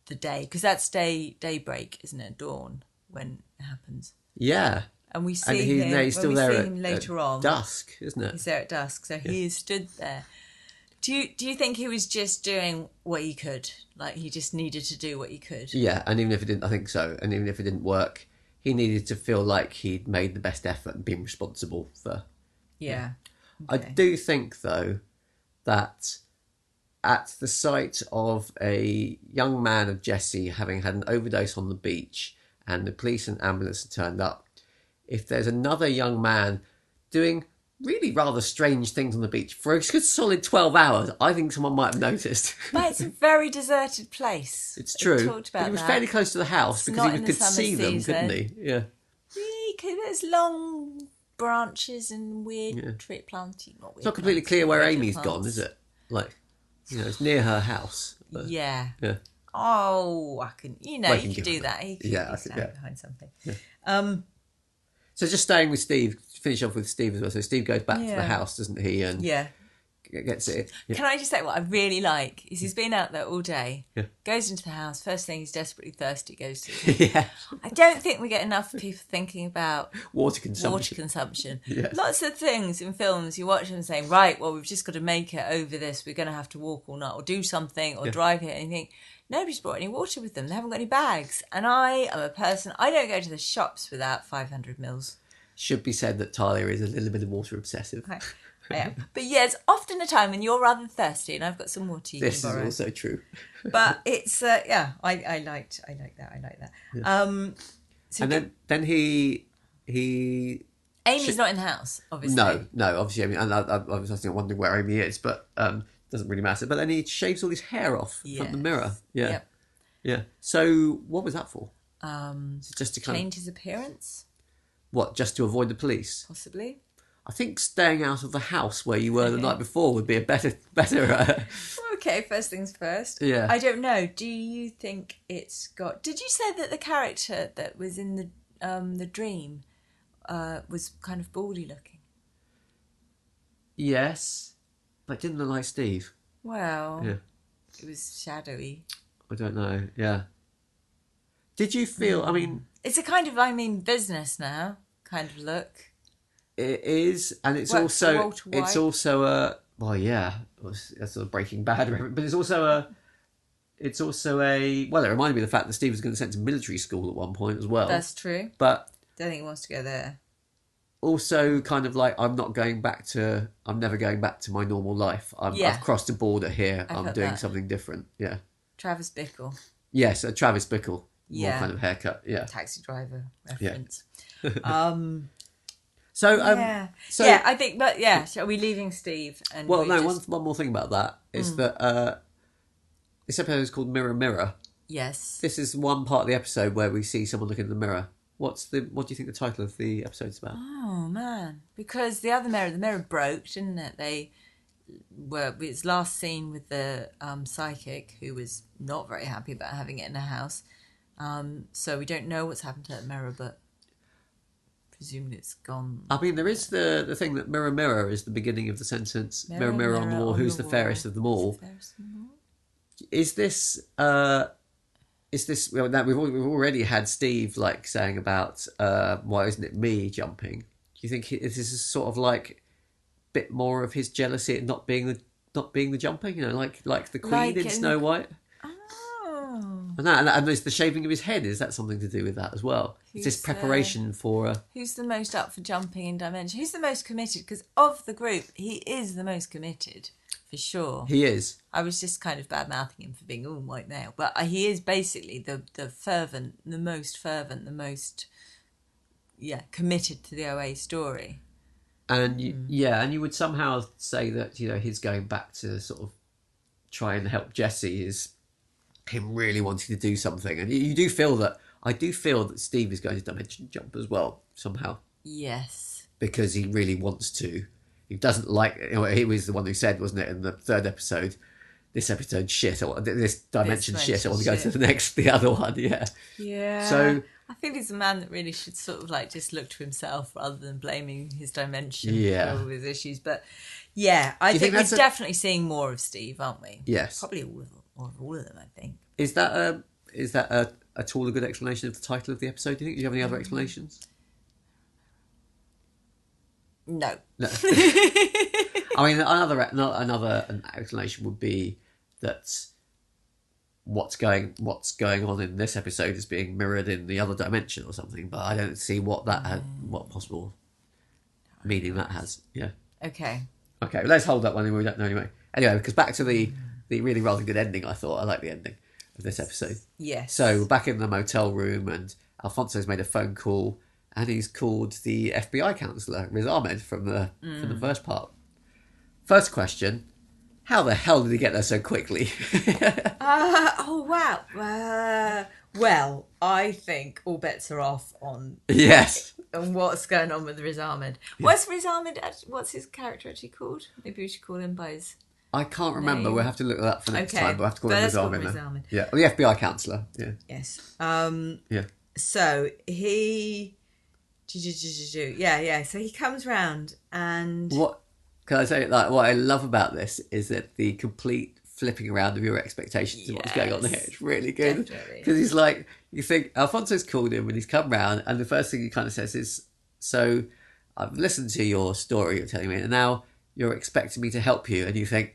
Speaker 2: the day because that's day daybreak, isn't it? Dawn when it happens.
Speaker 1: Yeah.
Speaker 2: and we see
Speaker 1: And he's,
Speaker 2: him
Speaker 1: no, he's
Speaker 2: when
Speaker 1: still
Speaker 2: we
Speaker 1: there
Speaker 2: see
Speaker 1: at,
Speaker 2: him
Speaker 1: at
Speaker 2: later on.
Speaker 1: dusk, isn't it?
Speaker 2: He's there at dusk, so he is stood there. Do you do you think he was just doing what he could? Like he just needed to do what he could.
Speaker 1: Yeah, and even if it didn't, I think so. And even if it didn't work, he needed to feel like he'd made the best effort and been responsible for.
Speaker 2: Yeah,
Speaker 1: I
Speaker 2: Okay.
Speaker 1: do think though that at the sight of a young man of Jesse having had an overdose on the beach, and the police and ambulance had turned up, if there's another young man doing really rather strange things on the beach for a good solid twelve hours, I think someone might have noticed.
Speaker 2: but it's a very deserted place.
Speaker 1: It's
Speaker 2: We've
Speaker 1: true.
Speaker 2: Talked
Speaker 1: but
Speaker 2: about
Speaker 1: he was
Speaker 2: that.
Speaker 1: fairly close to the house because
Speaker 2: not
Speaker 1: he
Speaker 2: in the
Speaker 1: could
Speaker 2: summer
Speaker 1: see them,
Speaker 2: season.
Speaker 1: couldn't he? Yeah.
Speaker 2: Really cool. There's long branches and weird tree planting. Not,
Speaker 1: It's not completely clear where Amy's gone, is it? Like, you know, it's near her house. but-
Speaker 2: Yeah.
Speaker 1: Yeah.
Speaker 2: Oh, I can. You know,
Speaker 1: Well, I
Speaker 2: you
Speaker 1: can
Speaker 2: could
Speaker 1: give
Speaker 2: do
Speaker 1: her
Speaker 2: that. He could
Speaker 1: Yeah,
Speaker 2: be
Speaker 1: I think-
Speaker 2: standing
Speaker 1: yeah.
Speaker 2: behind something. Um.
Speaker 1: So just staying with Steve, finish off with Steve as well. So Steve goes back to the
Speaker 2: Yeah.
Speaker 1: house, doesn't he? And
Speaker 2: Yeah.
Speaker 1: g- gets it. Yeah.
Speaker 2: Can I just say what I really like is he's been out there all day,
Speaker 1: Yeah.
Speaker 2: goes into the house, first thing he's desperately thirsty, goes to.
Speaker 1: yeah.
Speaker 2: I don't think we get enough people thinking about
Speaker 1: Water
Speaker 2: water
Speaker 1: consumption.
Speaker 2: consumption.
Speaker 1: Yeah.
Speaker 2: Lots of things in films you watch them saying, right, well, we've just got to make it over this, we're going to have to walk all night or do something or drive here, and you think, nobody's brought any water with them, they haven't got any bags. And I am a person, I don't go to the shops without 500 mils.
Speaker 1: Should be said that Tyler is a little bit of water obsessive.
Speaker 2: I I am. But yeah, it's often a time when you're rather thirsty and I've got some water you
Speaker 1: This
Speaker 2: can
Speaker 1: is
Speaker 2: borrow.
Speaker 1: also true.
Speaker 2: but it's uh, yeah I, I liked i like that i like that um so
Speaker 1: And then, then he he
Speaker 2: amy's not in the house obviously
Speaker 1: No, no, obviously. I mean, and I, I, I was actually wondering where Amy is, but um, doesn't really matter. But then he shaves all his hair off from the
Speaker 2: Yes.
Speaker 1: mirror. Yeah,
Speaker 2: Yep.
Speaker 1: yeah. So what was that for?
Speaker 2: um
Speaker 1: Is it Just to kind
Speaker 2: change his appearance
Speaker 1: of what? Just to avoid the police?
Speaker 2: possibly
Speaker 1: I think staying out of the house where you were the night before would be a better, better. Uh,
Speaker 2: okay first things first
Speaker 1: Yeah.
Speaker 2: i don't know do you think it's got did you say that the character that was in the um the dream uh was kind of baldy looking
Speaker 1: yes, but it didn't look like Steve.
Speaker 2: well
Speaker 1: Yeah,
Speaker 2: it was shadowy
Speaker 1: I don't know. Yeah. Did you feel? I mean,
Speaker 2: it's a kind of i mean business now kind of look
Speaker 1: It is, and it's
Speaker 2: Works for
Speaker 1: also
Speaker 2: Walter
Speaker 1: it's
Speaker 2: White.
Speaker 1: also a well, yeah, it was- that's a Breaking Bad, reference, but it's also a it's also a well, it reminded me of the fact that Steve was going to send to military school at one point as well,
Speaker 2: that's true
Speaker 1: but
Speaker 2: don't think he wants to go there
Speaker 1: also kind of like I'm not going back to I'm never going back to my normal life. I'm,
Speaker 2: Yeah.
Speaker 1: I've crossed a border here.
Speaker 2: I
Speaker 1: I am
Speaker 2: felt
Speaker 1: doing
Speaker 2: that.
Speaker 1: something different. Yeah.
Speaker 2: travis bickle
Speaker 1: Yes, a Travis Bickle, more
Speaker 2: Yeah.
Speaker 1: kind of haircut. Yeah.
Speaker 2: taxi driver reference. um,
Speaker 1: So um,
Speaker 2: yeah,
Speaker 1: so
Speaker 2: yeah, I think. But yeah, so are we leaving Steve? And
Speaker 1: Well,
Speaker 2: we
Speaker 1: no.
Speaker 2: just- Mm.
Speaker 1: One, one more thing about that is that uh, This episode is called Mirror Mirror.
Speaker 2: Yes.
Speaker 1: This is one part of the episode where we see someone looking in the mirror. What's the what do you think the title of the episode's about?
Speaker 2: Oh man, because the other mirror, the mirror broke, didn't it? They were its last seen with the um, psychic, who was not very happy about having it in her house. Um, so we don't know what's happened to that mirror, but presumably it's gone.
Speaker 1: I mean, there is the the thing that mirror mirror is the beginning of the sentence. Mirror mirror, on the wall, who's the, fairest of them all?
Speaker 2: Who's the fairest of them all?
Speaker 1: Is this uh is this well, that we've al- we've already had Steve like saying about uh why isn't it me jumping? Do you think he, is this is sort of like bit more of his jealousy at not being the not being the jumping? You know, like like the Queen
Speaker 2: Like
Speaker 1: in
Speaker 2: in-
Speaker 1: Snow White.
Speaker 2: Oh,
Speaker 1: And that, and, and there's the shaving of his head. Is that something to do with that as well? Is this
Speaker 2: Who's there?
Speaker 1: preparation for? uh, A,
Speaker 2: who's the most up for jumping in dimension? Who's the most committed? Because of the group, he is the most committed for sure.
Speaker 1: he is.
Speaker 2: I was just kind of bad mouthing him for being all white male, but uh, he is basically the the fervent, the most fervent, the most yeah committed to the OA story.
Speaker 1: and you,
Speaker 2: Mm.
Speaker 1: yeah, and you would somehow say that you know his going back to sort of try and help Jesse is him really wanting to do something, and you, you do feel that I do feel that Steve is going to dimension jump as well somehow
Speaker 2: Yes,
Speaker 1: because he really wants to. He doesn't like. You know, he was the one who said, wasn't it, in the third episode, this episode shit or this dimension
Speaker 2: This
Speaker 1: shit. I want to go to
Speaker 2: dimension
Speaker 1: the next, the other one. Yeah,
Speaker 2: yeah.
Speaker 1: So-
Speaker 2: I think he's a man that really should sort of like just look to himself rather than blaming his dimension
Speaker 1: Yeah.
Speaker 2: for all his issues. But yeah, I
Speaker 1: you
Speaker 2: think,
Speaker 1: think that's
Speaker 2: we're
Speaker 1: a-
Speaker 2: definitely seeing more of Steve, aren't we?
Speaker 1: yes.
Speaker 2: Probably all of, all of all of them, I think.
Speaker 1: Is that a is that a at all a good explanation of the title of the episode? Do you think? Do you have
Speaker 2: Mm.
Speaker 1: any other explanations?
Speaker 2: No.
Speaker 1: No. I mean, another another explanation would be that what's going what's going on in this episode is being mirrored in the other dimension or something. But I don't see what that had, what possible meaning that has. Yeah.
Speaker 2: Okay.
Speaker 1: Okay. well, let's hold that one. We don't know anyway. Anyway, because back to the the really rather good ending. I thought I like the ending of this episode.
Speaker 2: Yes.
Speaker 1: So we're back in the motel room, and Alfonso's made a phone call, and he's called the FBI counselor, Riz Ahmed, from the from
Speaker 2: Mm.
Speaker 1: the first part. First question: How the hell did he get there so quickly?
Speaker 2: Uh, oh wow. Uh, well, I think all bets are off on,
Speaker 1: yes,
Speaker 2: on what's going on with Riz Ahmed. What's Riz Ahmed? act- What's his character actually called? Maybe we should call him by his.
Speaker 1: I can't remember.
Speaker 2: Name.
Speaker 1: We'll have to look that up for next
Speaker 2: Okay,
Speaker 1: time. We'll have to call
Speaker 2: but
Speaker 1: him
Speaker 2: let's
Speaker 1: Riz
Speaker 2: call
Speaker 1: Ahmed.
Speaker 2: him Riz
Speaker 1: now.
Speaker 2: Ahmed.
Speaker 1: Yeah, or the FBI counselor. Yeah,
Speaker 2: Yes. Um.
Speaker 1: yeah.
Speaker 2: So he. Yeah, yeah. So he comes round and
Speaker 1: What can I say? Like, what I love about this is that the complete flipping around of your expectations of what's going on here
Speaker 2: Yes.
Speaker 1: is really good.
Speaker 2: Definitely.
Speaker 1: Because he's like, you think Alfonso's called him and he's come round, and the first thing he kind of says is, "So, I've listened to your story you're telling me, and now you're expecting me to help you," and you think.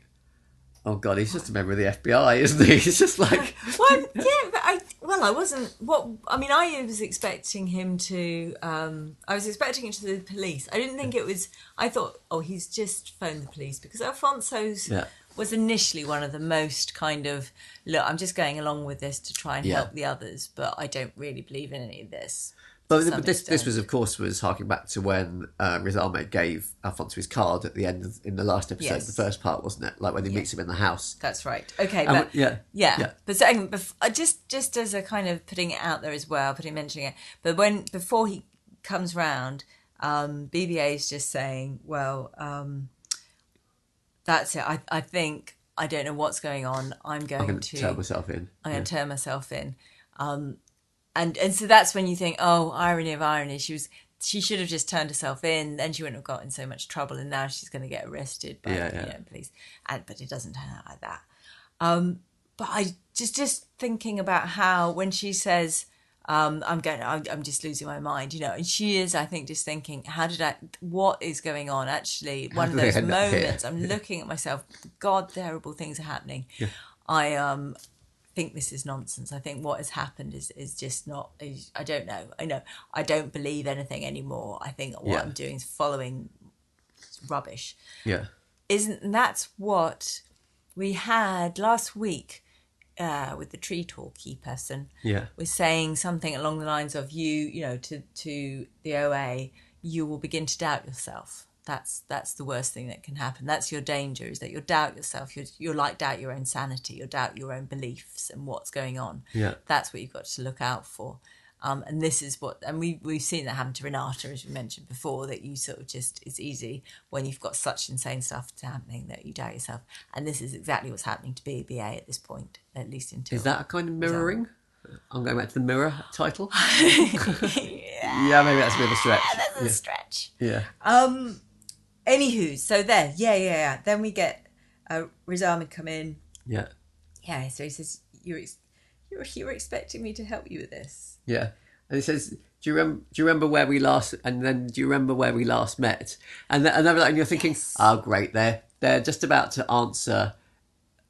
Speaker 1: Oh god, he's just a member of the FBI, isn't he? He's just like
Speaker 2: Well, yeah, but I well, I wasn't. What I mean, I was expecting him to. Um, I was expecting it to the police. I didn't think it was. I thought, oh, he's just phoned the police because Alfonso's
Speaker 1: Yeah.
Speaker 2: was initially one of the most kind of look. I'm just going along with this to try and
Speaker 1: Yeah.
Speaker 2: help the others, but I don't really believe in any of this.
Speaker 1: But,
Speaker 2: to
Speaker 1: but
Speaker 2: some
Speaker 1: this this
Speaker 2: extent.
Speaker 1: was of course was harking back to when uh, Riz Ahmed gave Alfonso his card at the end of, in the last episode,
Speaker 2: Yes.
Speaker 1: the first part, wasn't it? Like when he meets him in the house.
Speaker 2: That's right. Okay,
Speaker 1: And
Speaker 2: but
Speaker 1: we- yeah,
Speaker 2: yeah.
Speaker 1: yeah.
Speaker 2: But second, bef- uh, just just as a kind of putting it out there as well, putting mentioning it. But when before he comes round, um, BBA is just saying, "Well, um, that's it. I I think I don't know what's going on. I'm going
Speaker 1: I'm going to
Speaker 2: to
Speaker 1: turn myself in.
Speaker 2: I'm going to turn myself in." Um, and and so that's when you think, "Oh, irony of irony." She was she should have just turned herself in. Then she wouldn't have got in so much trouble, and now she's going to get arrested by
Speaker 1: Yeah,
Speaker 2: the
Speaker 1: yeah.
Speaker 2: you know, police. And but it doesn't turn out like that. Um, but I just just thinking about how when she says. Um, I'm going. I'm, I'm just losing my mind, you know. And she is, I think, just thinking, "How did I? What is going on?" Actually, one of
Speaker 1: did I
Speaker 2: those
Speaker 1: end up here?
Speaker 2: moments. I'm looking at myself. God, terrible things are happening. I um think this is nonsense. I think what has happened is is just not. Is, I don't know. I know. I don't believe anything anymore. I think what
Speaker 1: Yeah.
Speaker 2: I'm doing is following rubbish.
Speaker 1: Yeah,
Speaker 2: Isn't and that's what we had last week uh, with the tree talky person
Speaker 1: yeah,
Speaker 2: was saying something along the lines of you, you know, to to the OA, you will begin to doubt yourself. that's that's the worst thing that can happen. That's your danger is that you'll doubt yourself. You'll, you'll like doubt your own sanity. You'll doubt your own beliefs and what's going on.
Speaker 1: Yeah.
Speaker 2: That's what you've got to look out for. Um, and this is what, and we we've seen that happen to Renata as we mentioned before. That you sort of just it's easy when you've got such insane stuff happening that you doubt yourself. And this is exactly what's happening to BBA at this point, at least until
Speaker 1: Is that a kind of mirroring? I'm going back to the mirror title. yeah, maybe that's a bit of a stretch.
Speaker 2: that's a stretch.
Speaker 1: Yeah.
Speaker 2: Um, anywho, so there, yeah, yeah, yeah. Then we get uh, Riz Ahmed come in.
Speaker 1: Yeah.
Speaker 2: Yeah, so he says, "You're, ex- you're, you were expecting me to help you with this."
Speaker 1: Yeah. And it says, do you, rem- do you remember where we last, and then do you remember where we last met? And, th- and, then, and you're thinking, oh, great, they're, they're just about to answer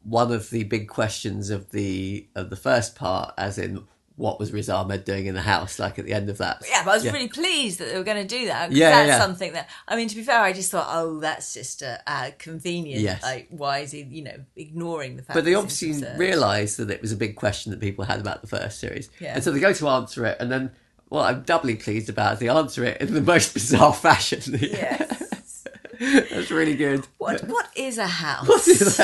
Speaker 1: one of the big questions of the of the first part, as in, what was Riz Ahmed doing in the house, like at the end of that?
Speaker 2: Yeah, but I was really pleased that they were going to do that. 'cause
Speaker 1: Yeah, yeah,
Speaker 2: that's
Speaker 1: yeah.
Speaker 2: something that I mean. To be fair, I just thought, "Oh, that's just a, a convenience.
Speaker 1: Yes.
Speaker 2: Like, why is he, you know, ignoring the fact?"
Speaker 1: But they
Speaker 2: that this is
Speaker 1: obviously
Speaker 2: research?
Speaker 1: realised that it was a big question that people had about the first series.
Speaker 2: Yeah.
Speaker 1: And so they go to answer it, and then what I'm doubly pleased about is they answer it in the most bizarre fashion.
Speaker 2: Yes.
Speaker 1: That's really good.
Speaker 2: What What is a house?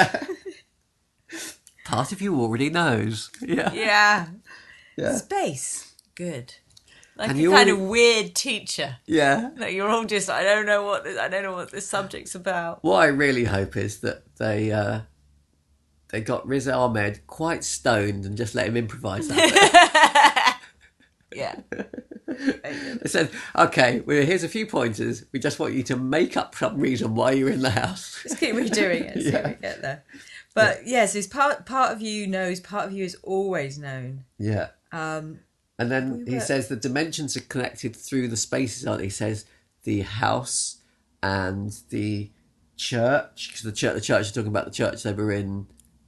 Speaker 1: Part of you already knows. Yeah.
Speaker 2: yeah.
Speaker 1: Yeah.
Speaker 2: Space. Good. Like
Speaker 1: And
Speaker 2: a
Speaker 1: you
Speaker 2: kind
Speaker 1: all-
Speaker 2: of weird teacher.
Speaker 1: Yeah.
Speaker 2: That you're all just I don't know what this, I don't know what this subject's about.
Speaker 1: What I really hope is that they uh, they got Riz Ahmed quite stoned and just let him improvise that. bit.
Speaker 2: Yeah.
Speaker 1: they said, okay, well, here's a few pointers. We just want you to make up some reason why you're in the house.
Speaker 2: Just keep redoing it, see
Speaker 1: Yeah.
Speaker 2: what we get there. But yes, it's part part of you knows, part of you is always known.
Speaker 1: Yeah.
Speaker 2: Um
Speaker 1: And then
Speaker 2: We
Speaker 1: he
Speaker 2: were-
Speaker 1: says the dimensions are connected through the spaces, aren't they? He says the house and the church, because the church, the church are talking about the church they were in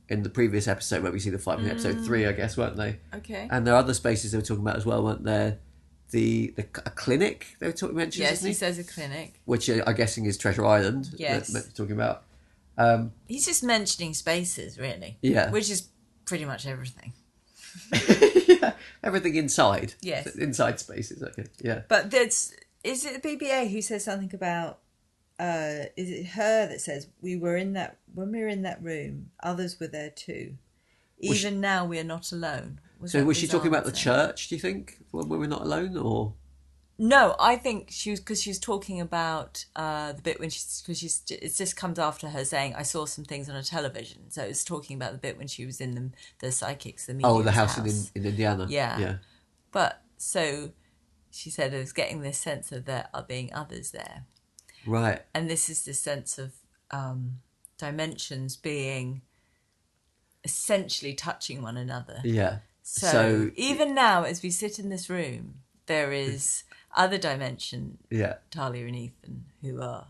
Speaker 1: in the previous episode where we see the fight in episode three, I guess, weren't they?
Speaker 2: Mm. Okay.
Speaker 1: And there are other spaces they were talking about as well, weren't there? The the c- a clinic they were talking mentioned,
Speaker 2: yes,
Speaker 1: isn't
Speaker 2: he
Speaker 1: he?
Speaker 2: says a clinic.
Speaker 1: which uh, I'm guessing is Treasure Island. that-
Speaker 2: Yes.
Speaker 1: that they're talking about. Um,
Speaker 2: He's just mentioning spaces really.
Speaker 1: Yeah.
Speaker 2: Which is pretty much everything.
Speaker 1: yeah, everything inside.
Speaker 2: Yes.
Speaker 1: inside spaces. Okay, yeah.
Speaker 2: But that's is it the BBA who says something about uh is it her that says we were in that when we were in that room, others were there too. Even
Speaker 1: she-
Speaker 2: now we are not alone.
Speaker 1: So
Speaker 2: that
Speaker 1: was she
Speaker 2: Riz
Speaker 1: talking about the
Speaker 2: Ahmed saying?
Speaker 1: church? Do you think when we were not alone, or
Speaker 2: No, I think she was because she was talking about uh, the bit when she's because she's it just comes after her saying I saw some things on a television. So it's talking about the bit when she was in the the psychics, the
Speaker 1: oh, the
Speaker 2: medium's
Speaker 1: house, In, in Indiana?
Speaker 2: Yeah.
Speaker 1: yeah,
Speaker 2: But so she said I was getting this sense of there are being others there,
Speaker 1: right.
Speaker 2: and this is this sense of um, dimensions being essentially touching one another.
Speaker 1: Yeah.
Speaker 2: So,
Speaker 1: So-
Speaker 2: even now, as we sit in this room, there is other dimension
Speaker 1: Yeah,
Speaker 2: Talia and Ethan, who are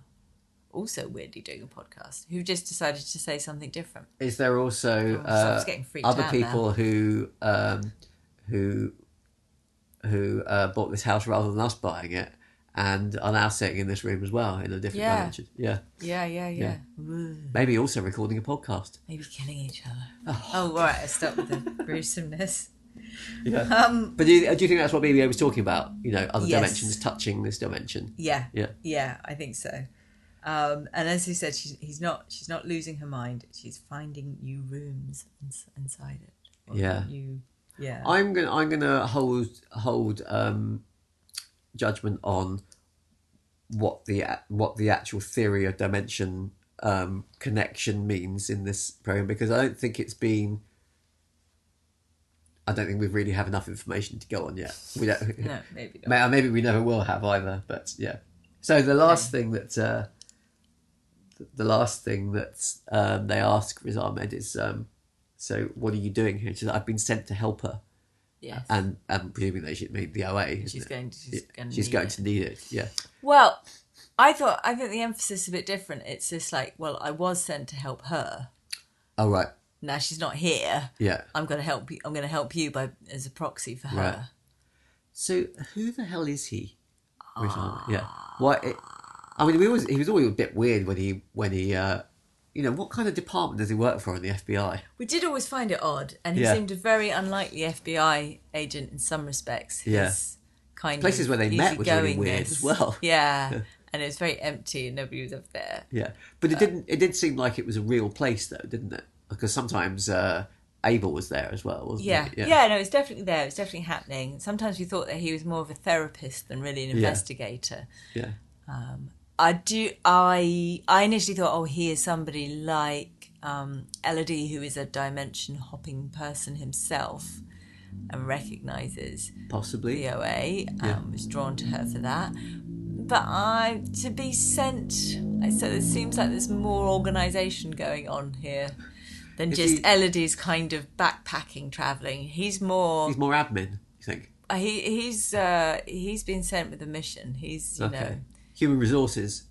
Speaker 2: also weirdly doing a podcast, who just decided to say something different.
Speaker 1: is there also
Speaker 2: Oh,
Speaker 1: uh,
Speaker 2: someone's getting freaked
Speaker 1: other
Speaker 2: out
Speaker 1: people who um, who who uh, bought this house rather than us buying it and are now sitting in this room as well in a different
Speaker 2: Yeah.
Speaker 1: dimension? Yeah,
Speaker 2: Yeah, yeah, yeah.
Speaker 1: maybe also recording a podcast.
Speaker 2: Maybe killing each other. Oh, all right, I stopped with the gruesomeness.
Speaker 1: Yeah.
Speaker 2: Um,
Speaker 1: But do you, do you think that's what BBA was talking about? You know, other
Speaker 2: Yes.
Speaker 1: dimensions touching this dimension.
Speaker 2: yeah,
Speaker 1: Yeah.
Speaker 2: yeah, I think so. Um, and as he said, she's, he's not. She's not losing her mind. She's finding new rooms ins- inside it. Or
Speaker 1: Yeah. Oh.
Speaker 2: New, yeah.
Speaker 1: I'm gonna I'm gonna hold hold um, judgment on what the a- what the actual theory of dimension um, connection means in this program because I don't think it's been. I don't think we really have enough information to go on yet. We don't.
Speaker 2: no, maybe not.
Speaker 1: May- Maybe we never will have either, but yeah. So the last thing that uh, th- the last thing that um, they ask Riz Ahmed is, um, "So what are you doing here?" She says, "I've been sent to help her,"
Speaker 2: Yes.
Speaker 1: and and presuming they should mean the OA. Isn't
Speaker 2: She's
Speaker 1: it?
Speaker 2: going. To, she's
Speaker 1: uh, Yeah,
Speaker 2: going.
Speaker 1: she's
Speaker 2: need
Speaker 1: going
Speaker 2: it.
Speaker 1: to need it. Yeah,
Speaker 2: Well, I thought I think the emphasis is a bit different. It's just like, well, I was sent to help her.
Speaker 1: oh, right.
Speaker 2: Now she's not here.
Speaker 1: Yeah.
Speaker 2: I'm going to help you. I'm going to help you by as a proxy for her.
Speaker 1: Right. So who the hell is he? Riz Ahmed? Yeah. What? It, I mean, we always, he was always a bit weird when he when he. Uh, you know what kind of department does he work for in the FBI?
Speaker 2: We did always find it odd, and he
Speaker 1: Yeah.
Speaker 2: seemed a very unlikely FBI agent in some respects.
Speaker 1: Yeah.
Speaker 2: His kind
Speaker 1: Places
Speaker 2: of
Speaker 1: where they met was really
Speaker 2: easygoingness.
Speaker 1: weird as well.
Speaker 2: Yeah. and it was very empty and nobody was up there.
Speaker 1: Yeah, but it didn't. It did seem like it was a real place, though, didn't it? Because sometimes uh, Abel was there as well, wasn't
Speaker 2: Yeah.
Speaker 1: it?
Speaker 2: yeah, no, it's definitely there. It's definitely happening. Sometimes we thought that he was more of a therapist than really an investigator.
Speaker 1: yeah,
Speaker 2: I do. I I initially thought, oh, he is somebody like um, Elodie, who is a dimension hopping person himself, and recognizes
Speaker 1: possibly.
Speaker 2: the OA. Um, Was drawn to her for that. But I to be sent. I So it seems like there's more organisation going on here than
Speaker 1: Is
Speaker 2: just
Speaker 1: he-
Speaker 2: Elodie's kind of backpacking travelling. He's more.
Speaker 1: He's more admin, you think?
Speaker 2: He he's uh, he's been sent with a mission. He's you
Speaker 1: Okay.
Speaker 2: know.
Speaker 1: Human resources,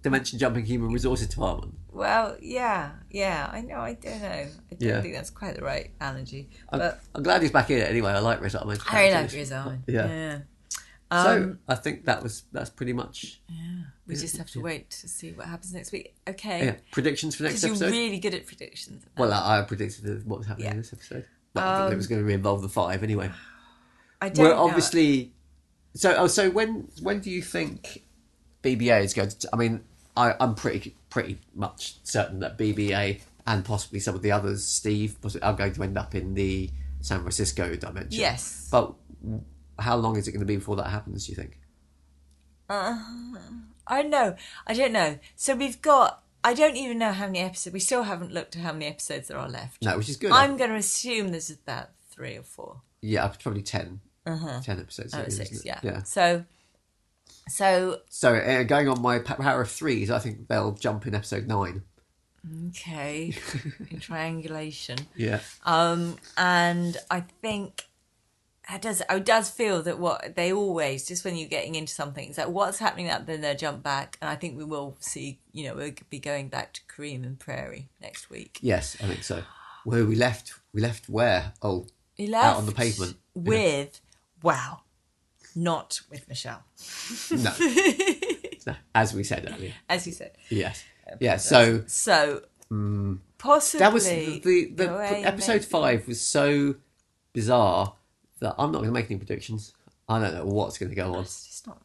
Speaker 1: dimension jumping human resources department.
Speaker 2: Well, yeah, yeah. I know. I don't know. I don't
Speaker 1: Yeah.
Speaker 2: think that's quite the right analogy.
Speaker 1: I'm,
Speaker 2: But
Speaker 1: I'm glad he's back in it anyway. I like Riz Ahmed.
Speaker 2: I really like Riz Um, Ahmed.
Speaker 1: Yeah.
Speaker 2: yeah.
Speaker 1: So I think that was that's pretty much
Speaker 2: We just have to wait to see what happens next week.
Speaker 1: yeah,
Speaker 2: Okay.
Speaker 1: predictions for next
Speaker 2: Because you're
Speaker 1: episode.
Speaker 2: really good at predictions.
Speaker 1: Well, I, I predicted what was happening in
Speaker 2: Yeah. Um,
Speaker 1: this episode. Well, I think it was going to involve the five anyway.
Speaker 2: I don't
Speaker 1: Well,
Speaker 2: know.
Speaker 1: obviously. So, oh, so when when do you think BBA is going to? I mean, I, I'm pretty pretty much certain that BBA and possibly some of the others, Steve, possi- are going to end up in the San Francisco dimension.
Speaker 2: Yes.
Speaker 1: But how long is it going to be before that happens? Do you think?
Speaker 2: I know. I don't know. So we've got. I don't even know how many episodes. We still haven't looked at how many episodes there are left.
Speaker 1: No, which is good.
Speaker 2: I'm going to assume there's about three or four.
Speaker 1: yeah, probably 10, 10 episodes.
Speaker 2: Oh,
Speaker 1: it is, isn't
Speaker 2: six,
Speaker 1: it?
Speaker 2: yeah.
Speaker 1: Yeah.
Speaker 2: So, so
Speaker 1: So uh, going on my pa- power of threes, I think they'll jump in episode nine.
Speaker 2: okay, triangulation.
Speaker 1: Yeah.
Speaker 2: Um, and I think it does it does feel that what they always just when you're getting into something, it's like what's happening up then they jump back, and I think we will see. You know, we'll be going back to Kareem and Prairie next week.
Speaker 1: Yes, I think so. Where we left, we left where? Oh,
Speaker 2: He
Speaker 1: Out on the
Speaker 2: left
Speaker 1: pavement, yeah.
Speaker 2: with wow, not with Michelle,
Speaker 1: no. No, As we said earlier.
Speaker 2: as you said.
Speaker 1: Yes. Yeah, so
Speaker 2: So possibly
Speaker 1: Mm. that was the, the, the
Speaker 2: go away,
Speaker 1: episode
Speaker 2: maybe.
Speaker 1: five was so bizarre that I'm not going to make any predictions. I don't know what's going to go on. Is
Speaker 2: It's just not.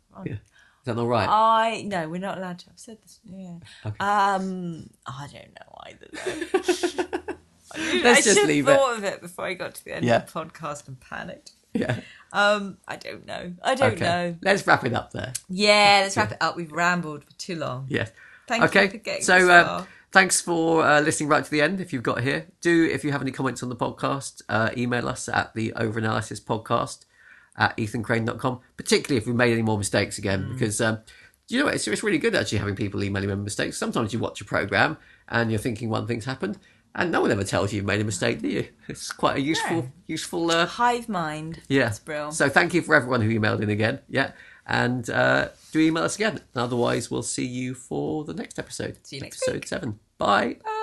Speaker 1: that all
Speaker 2: Oh,
Speaker 1: right?
Speaker 2: I no, we're not allowed to. I've said this. Yeah.
Speaker 1: Okay.
Speaker 2: Um, I don't know either. Though.
Speaker 1: Let's
Speaker 2: I
Speaker 1: just
Speaker 2: should
Speaker 1: leave it.
Speaker 2: thought of it before I got to the end
Speaker 1: Yeah.
Speaker 2: of the podcast and panicked.
Speaker 1: Yeah.
Speaker 2: Um, I don't know. I don't
Speaker 1: Okay.
Speaker 2: know.
Speaker 1: Let's wrap it up there.
Speaker 2: Yeah, let's wrap it up. We've rambled for too long.
Speaker 1: Yes.
Speaker 2: Thank you for getting
Speaker 1: so
Speaker 2: this
Speaker 1: uh,
Speaker 2: far.
Speaker 1: thanks for uh, listening right to the end. If you've got here, do if you have any comments on the podcast, uh, email us at the Overanalysis Podcast at ethancrane.com. Particularly if we made any more mistakes again,
Speaker 2: Mm.
Speaker 1: because um, you know what, it's, it's really good actually having people emailing them mistakes. Sometimes you watch a program and you're thinking one thing's happened, and no one ever tells you you've made a mistake, do you? It's quite a useful,
Speaker 2: No.
Speaker 1: useful. Uh,
Speaker 2: Hive mind.
Speaker 1: yeah.
Speaker 2: That's brilliant.
Speaker 1: So thank you for everyone who emailed in again. Yeah. And uh, do email us again. Otherwise, we'll see you for the next episode.
Speaker 2: See you next
Speaker 1: episode seven. Bye.
Speaker 2: Bye.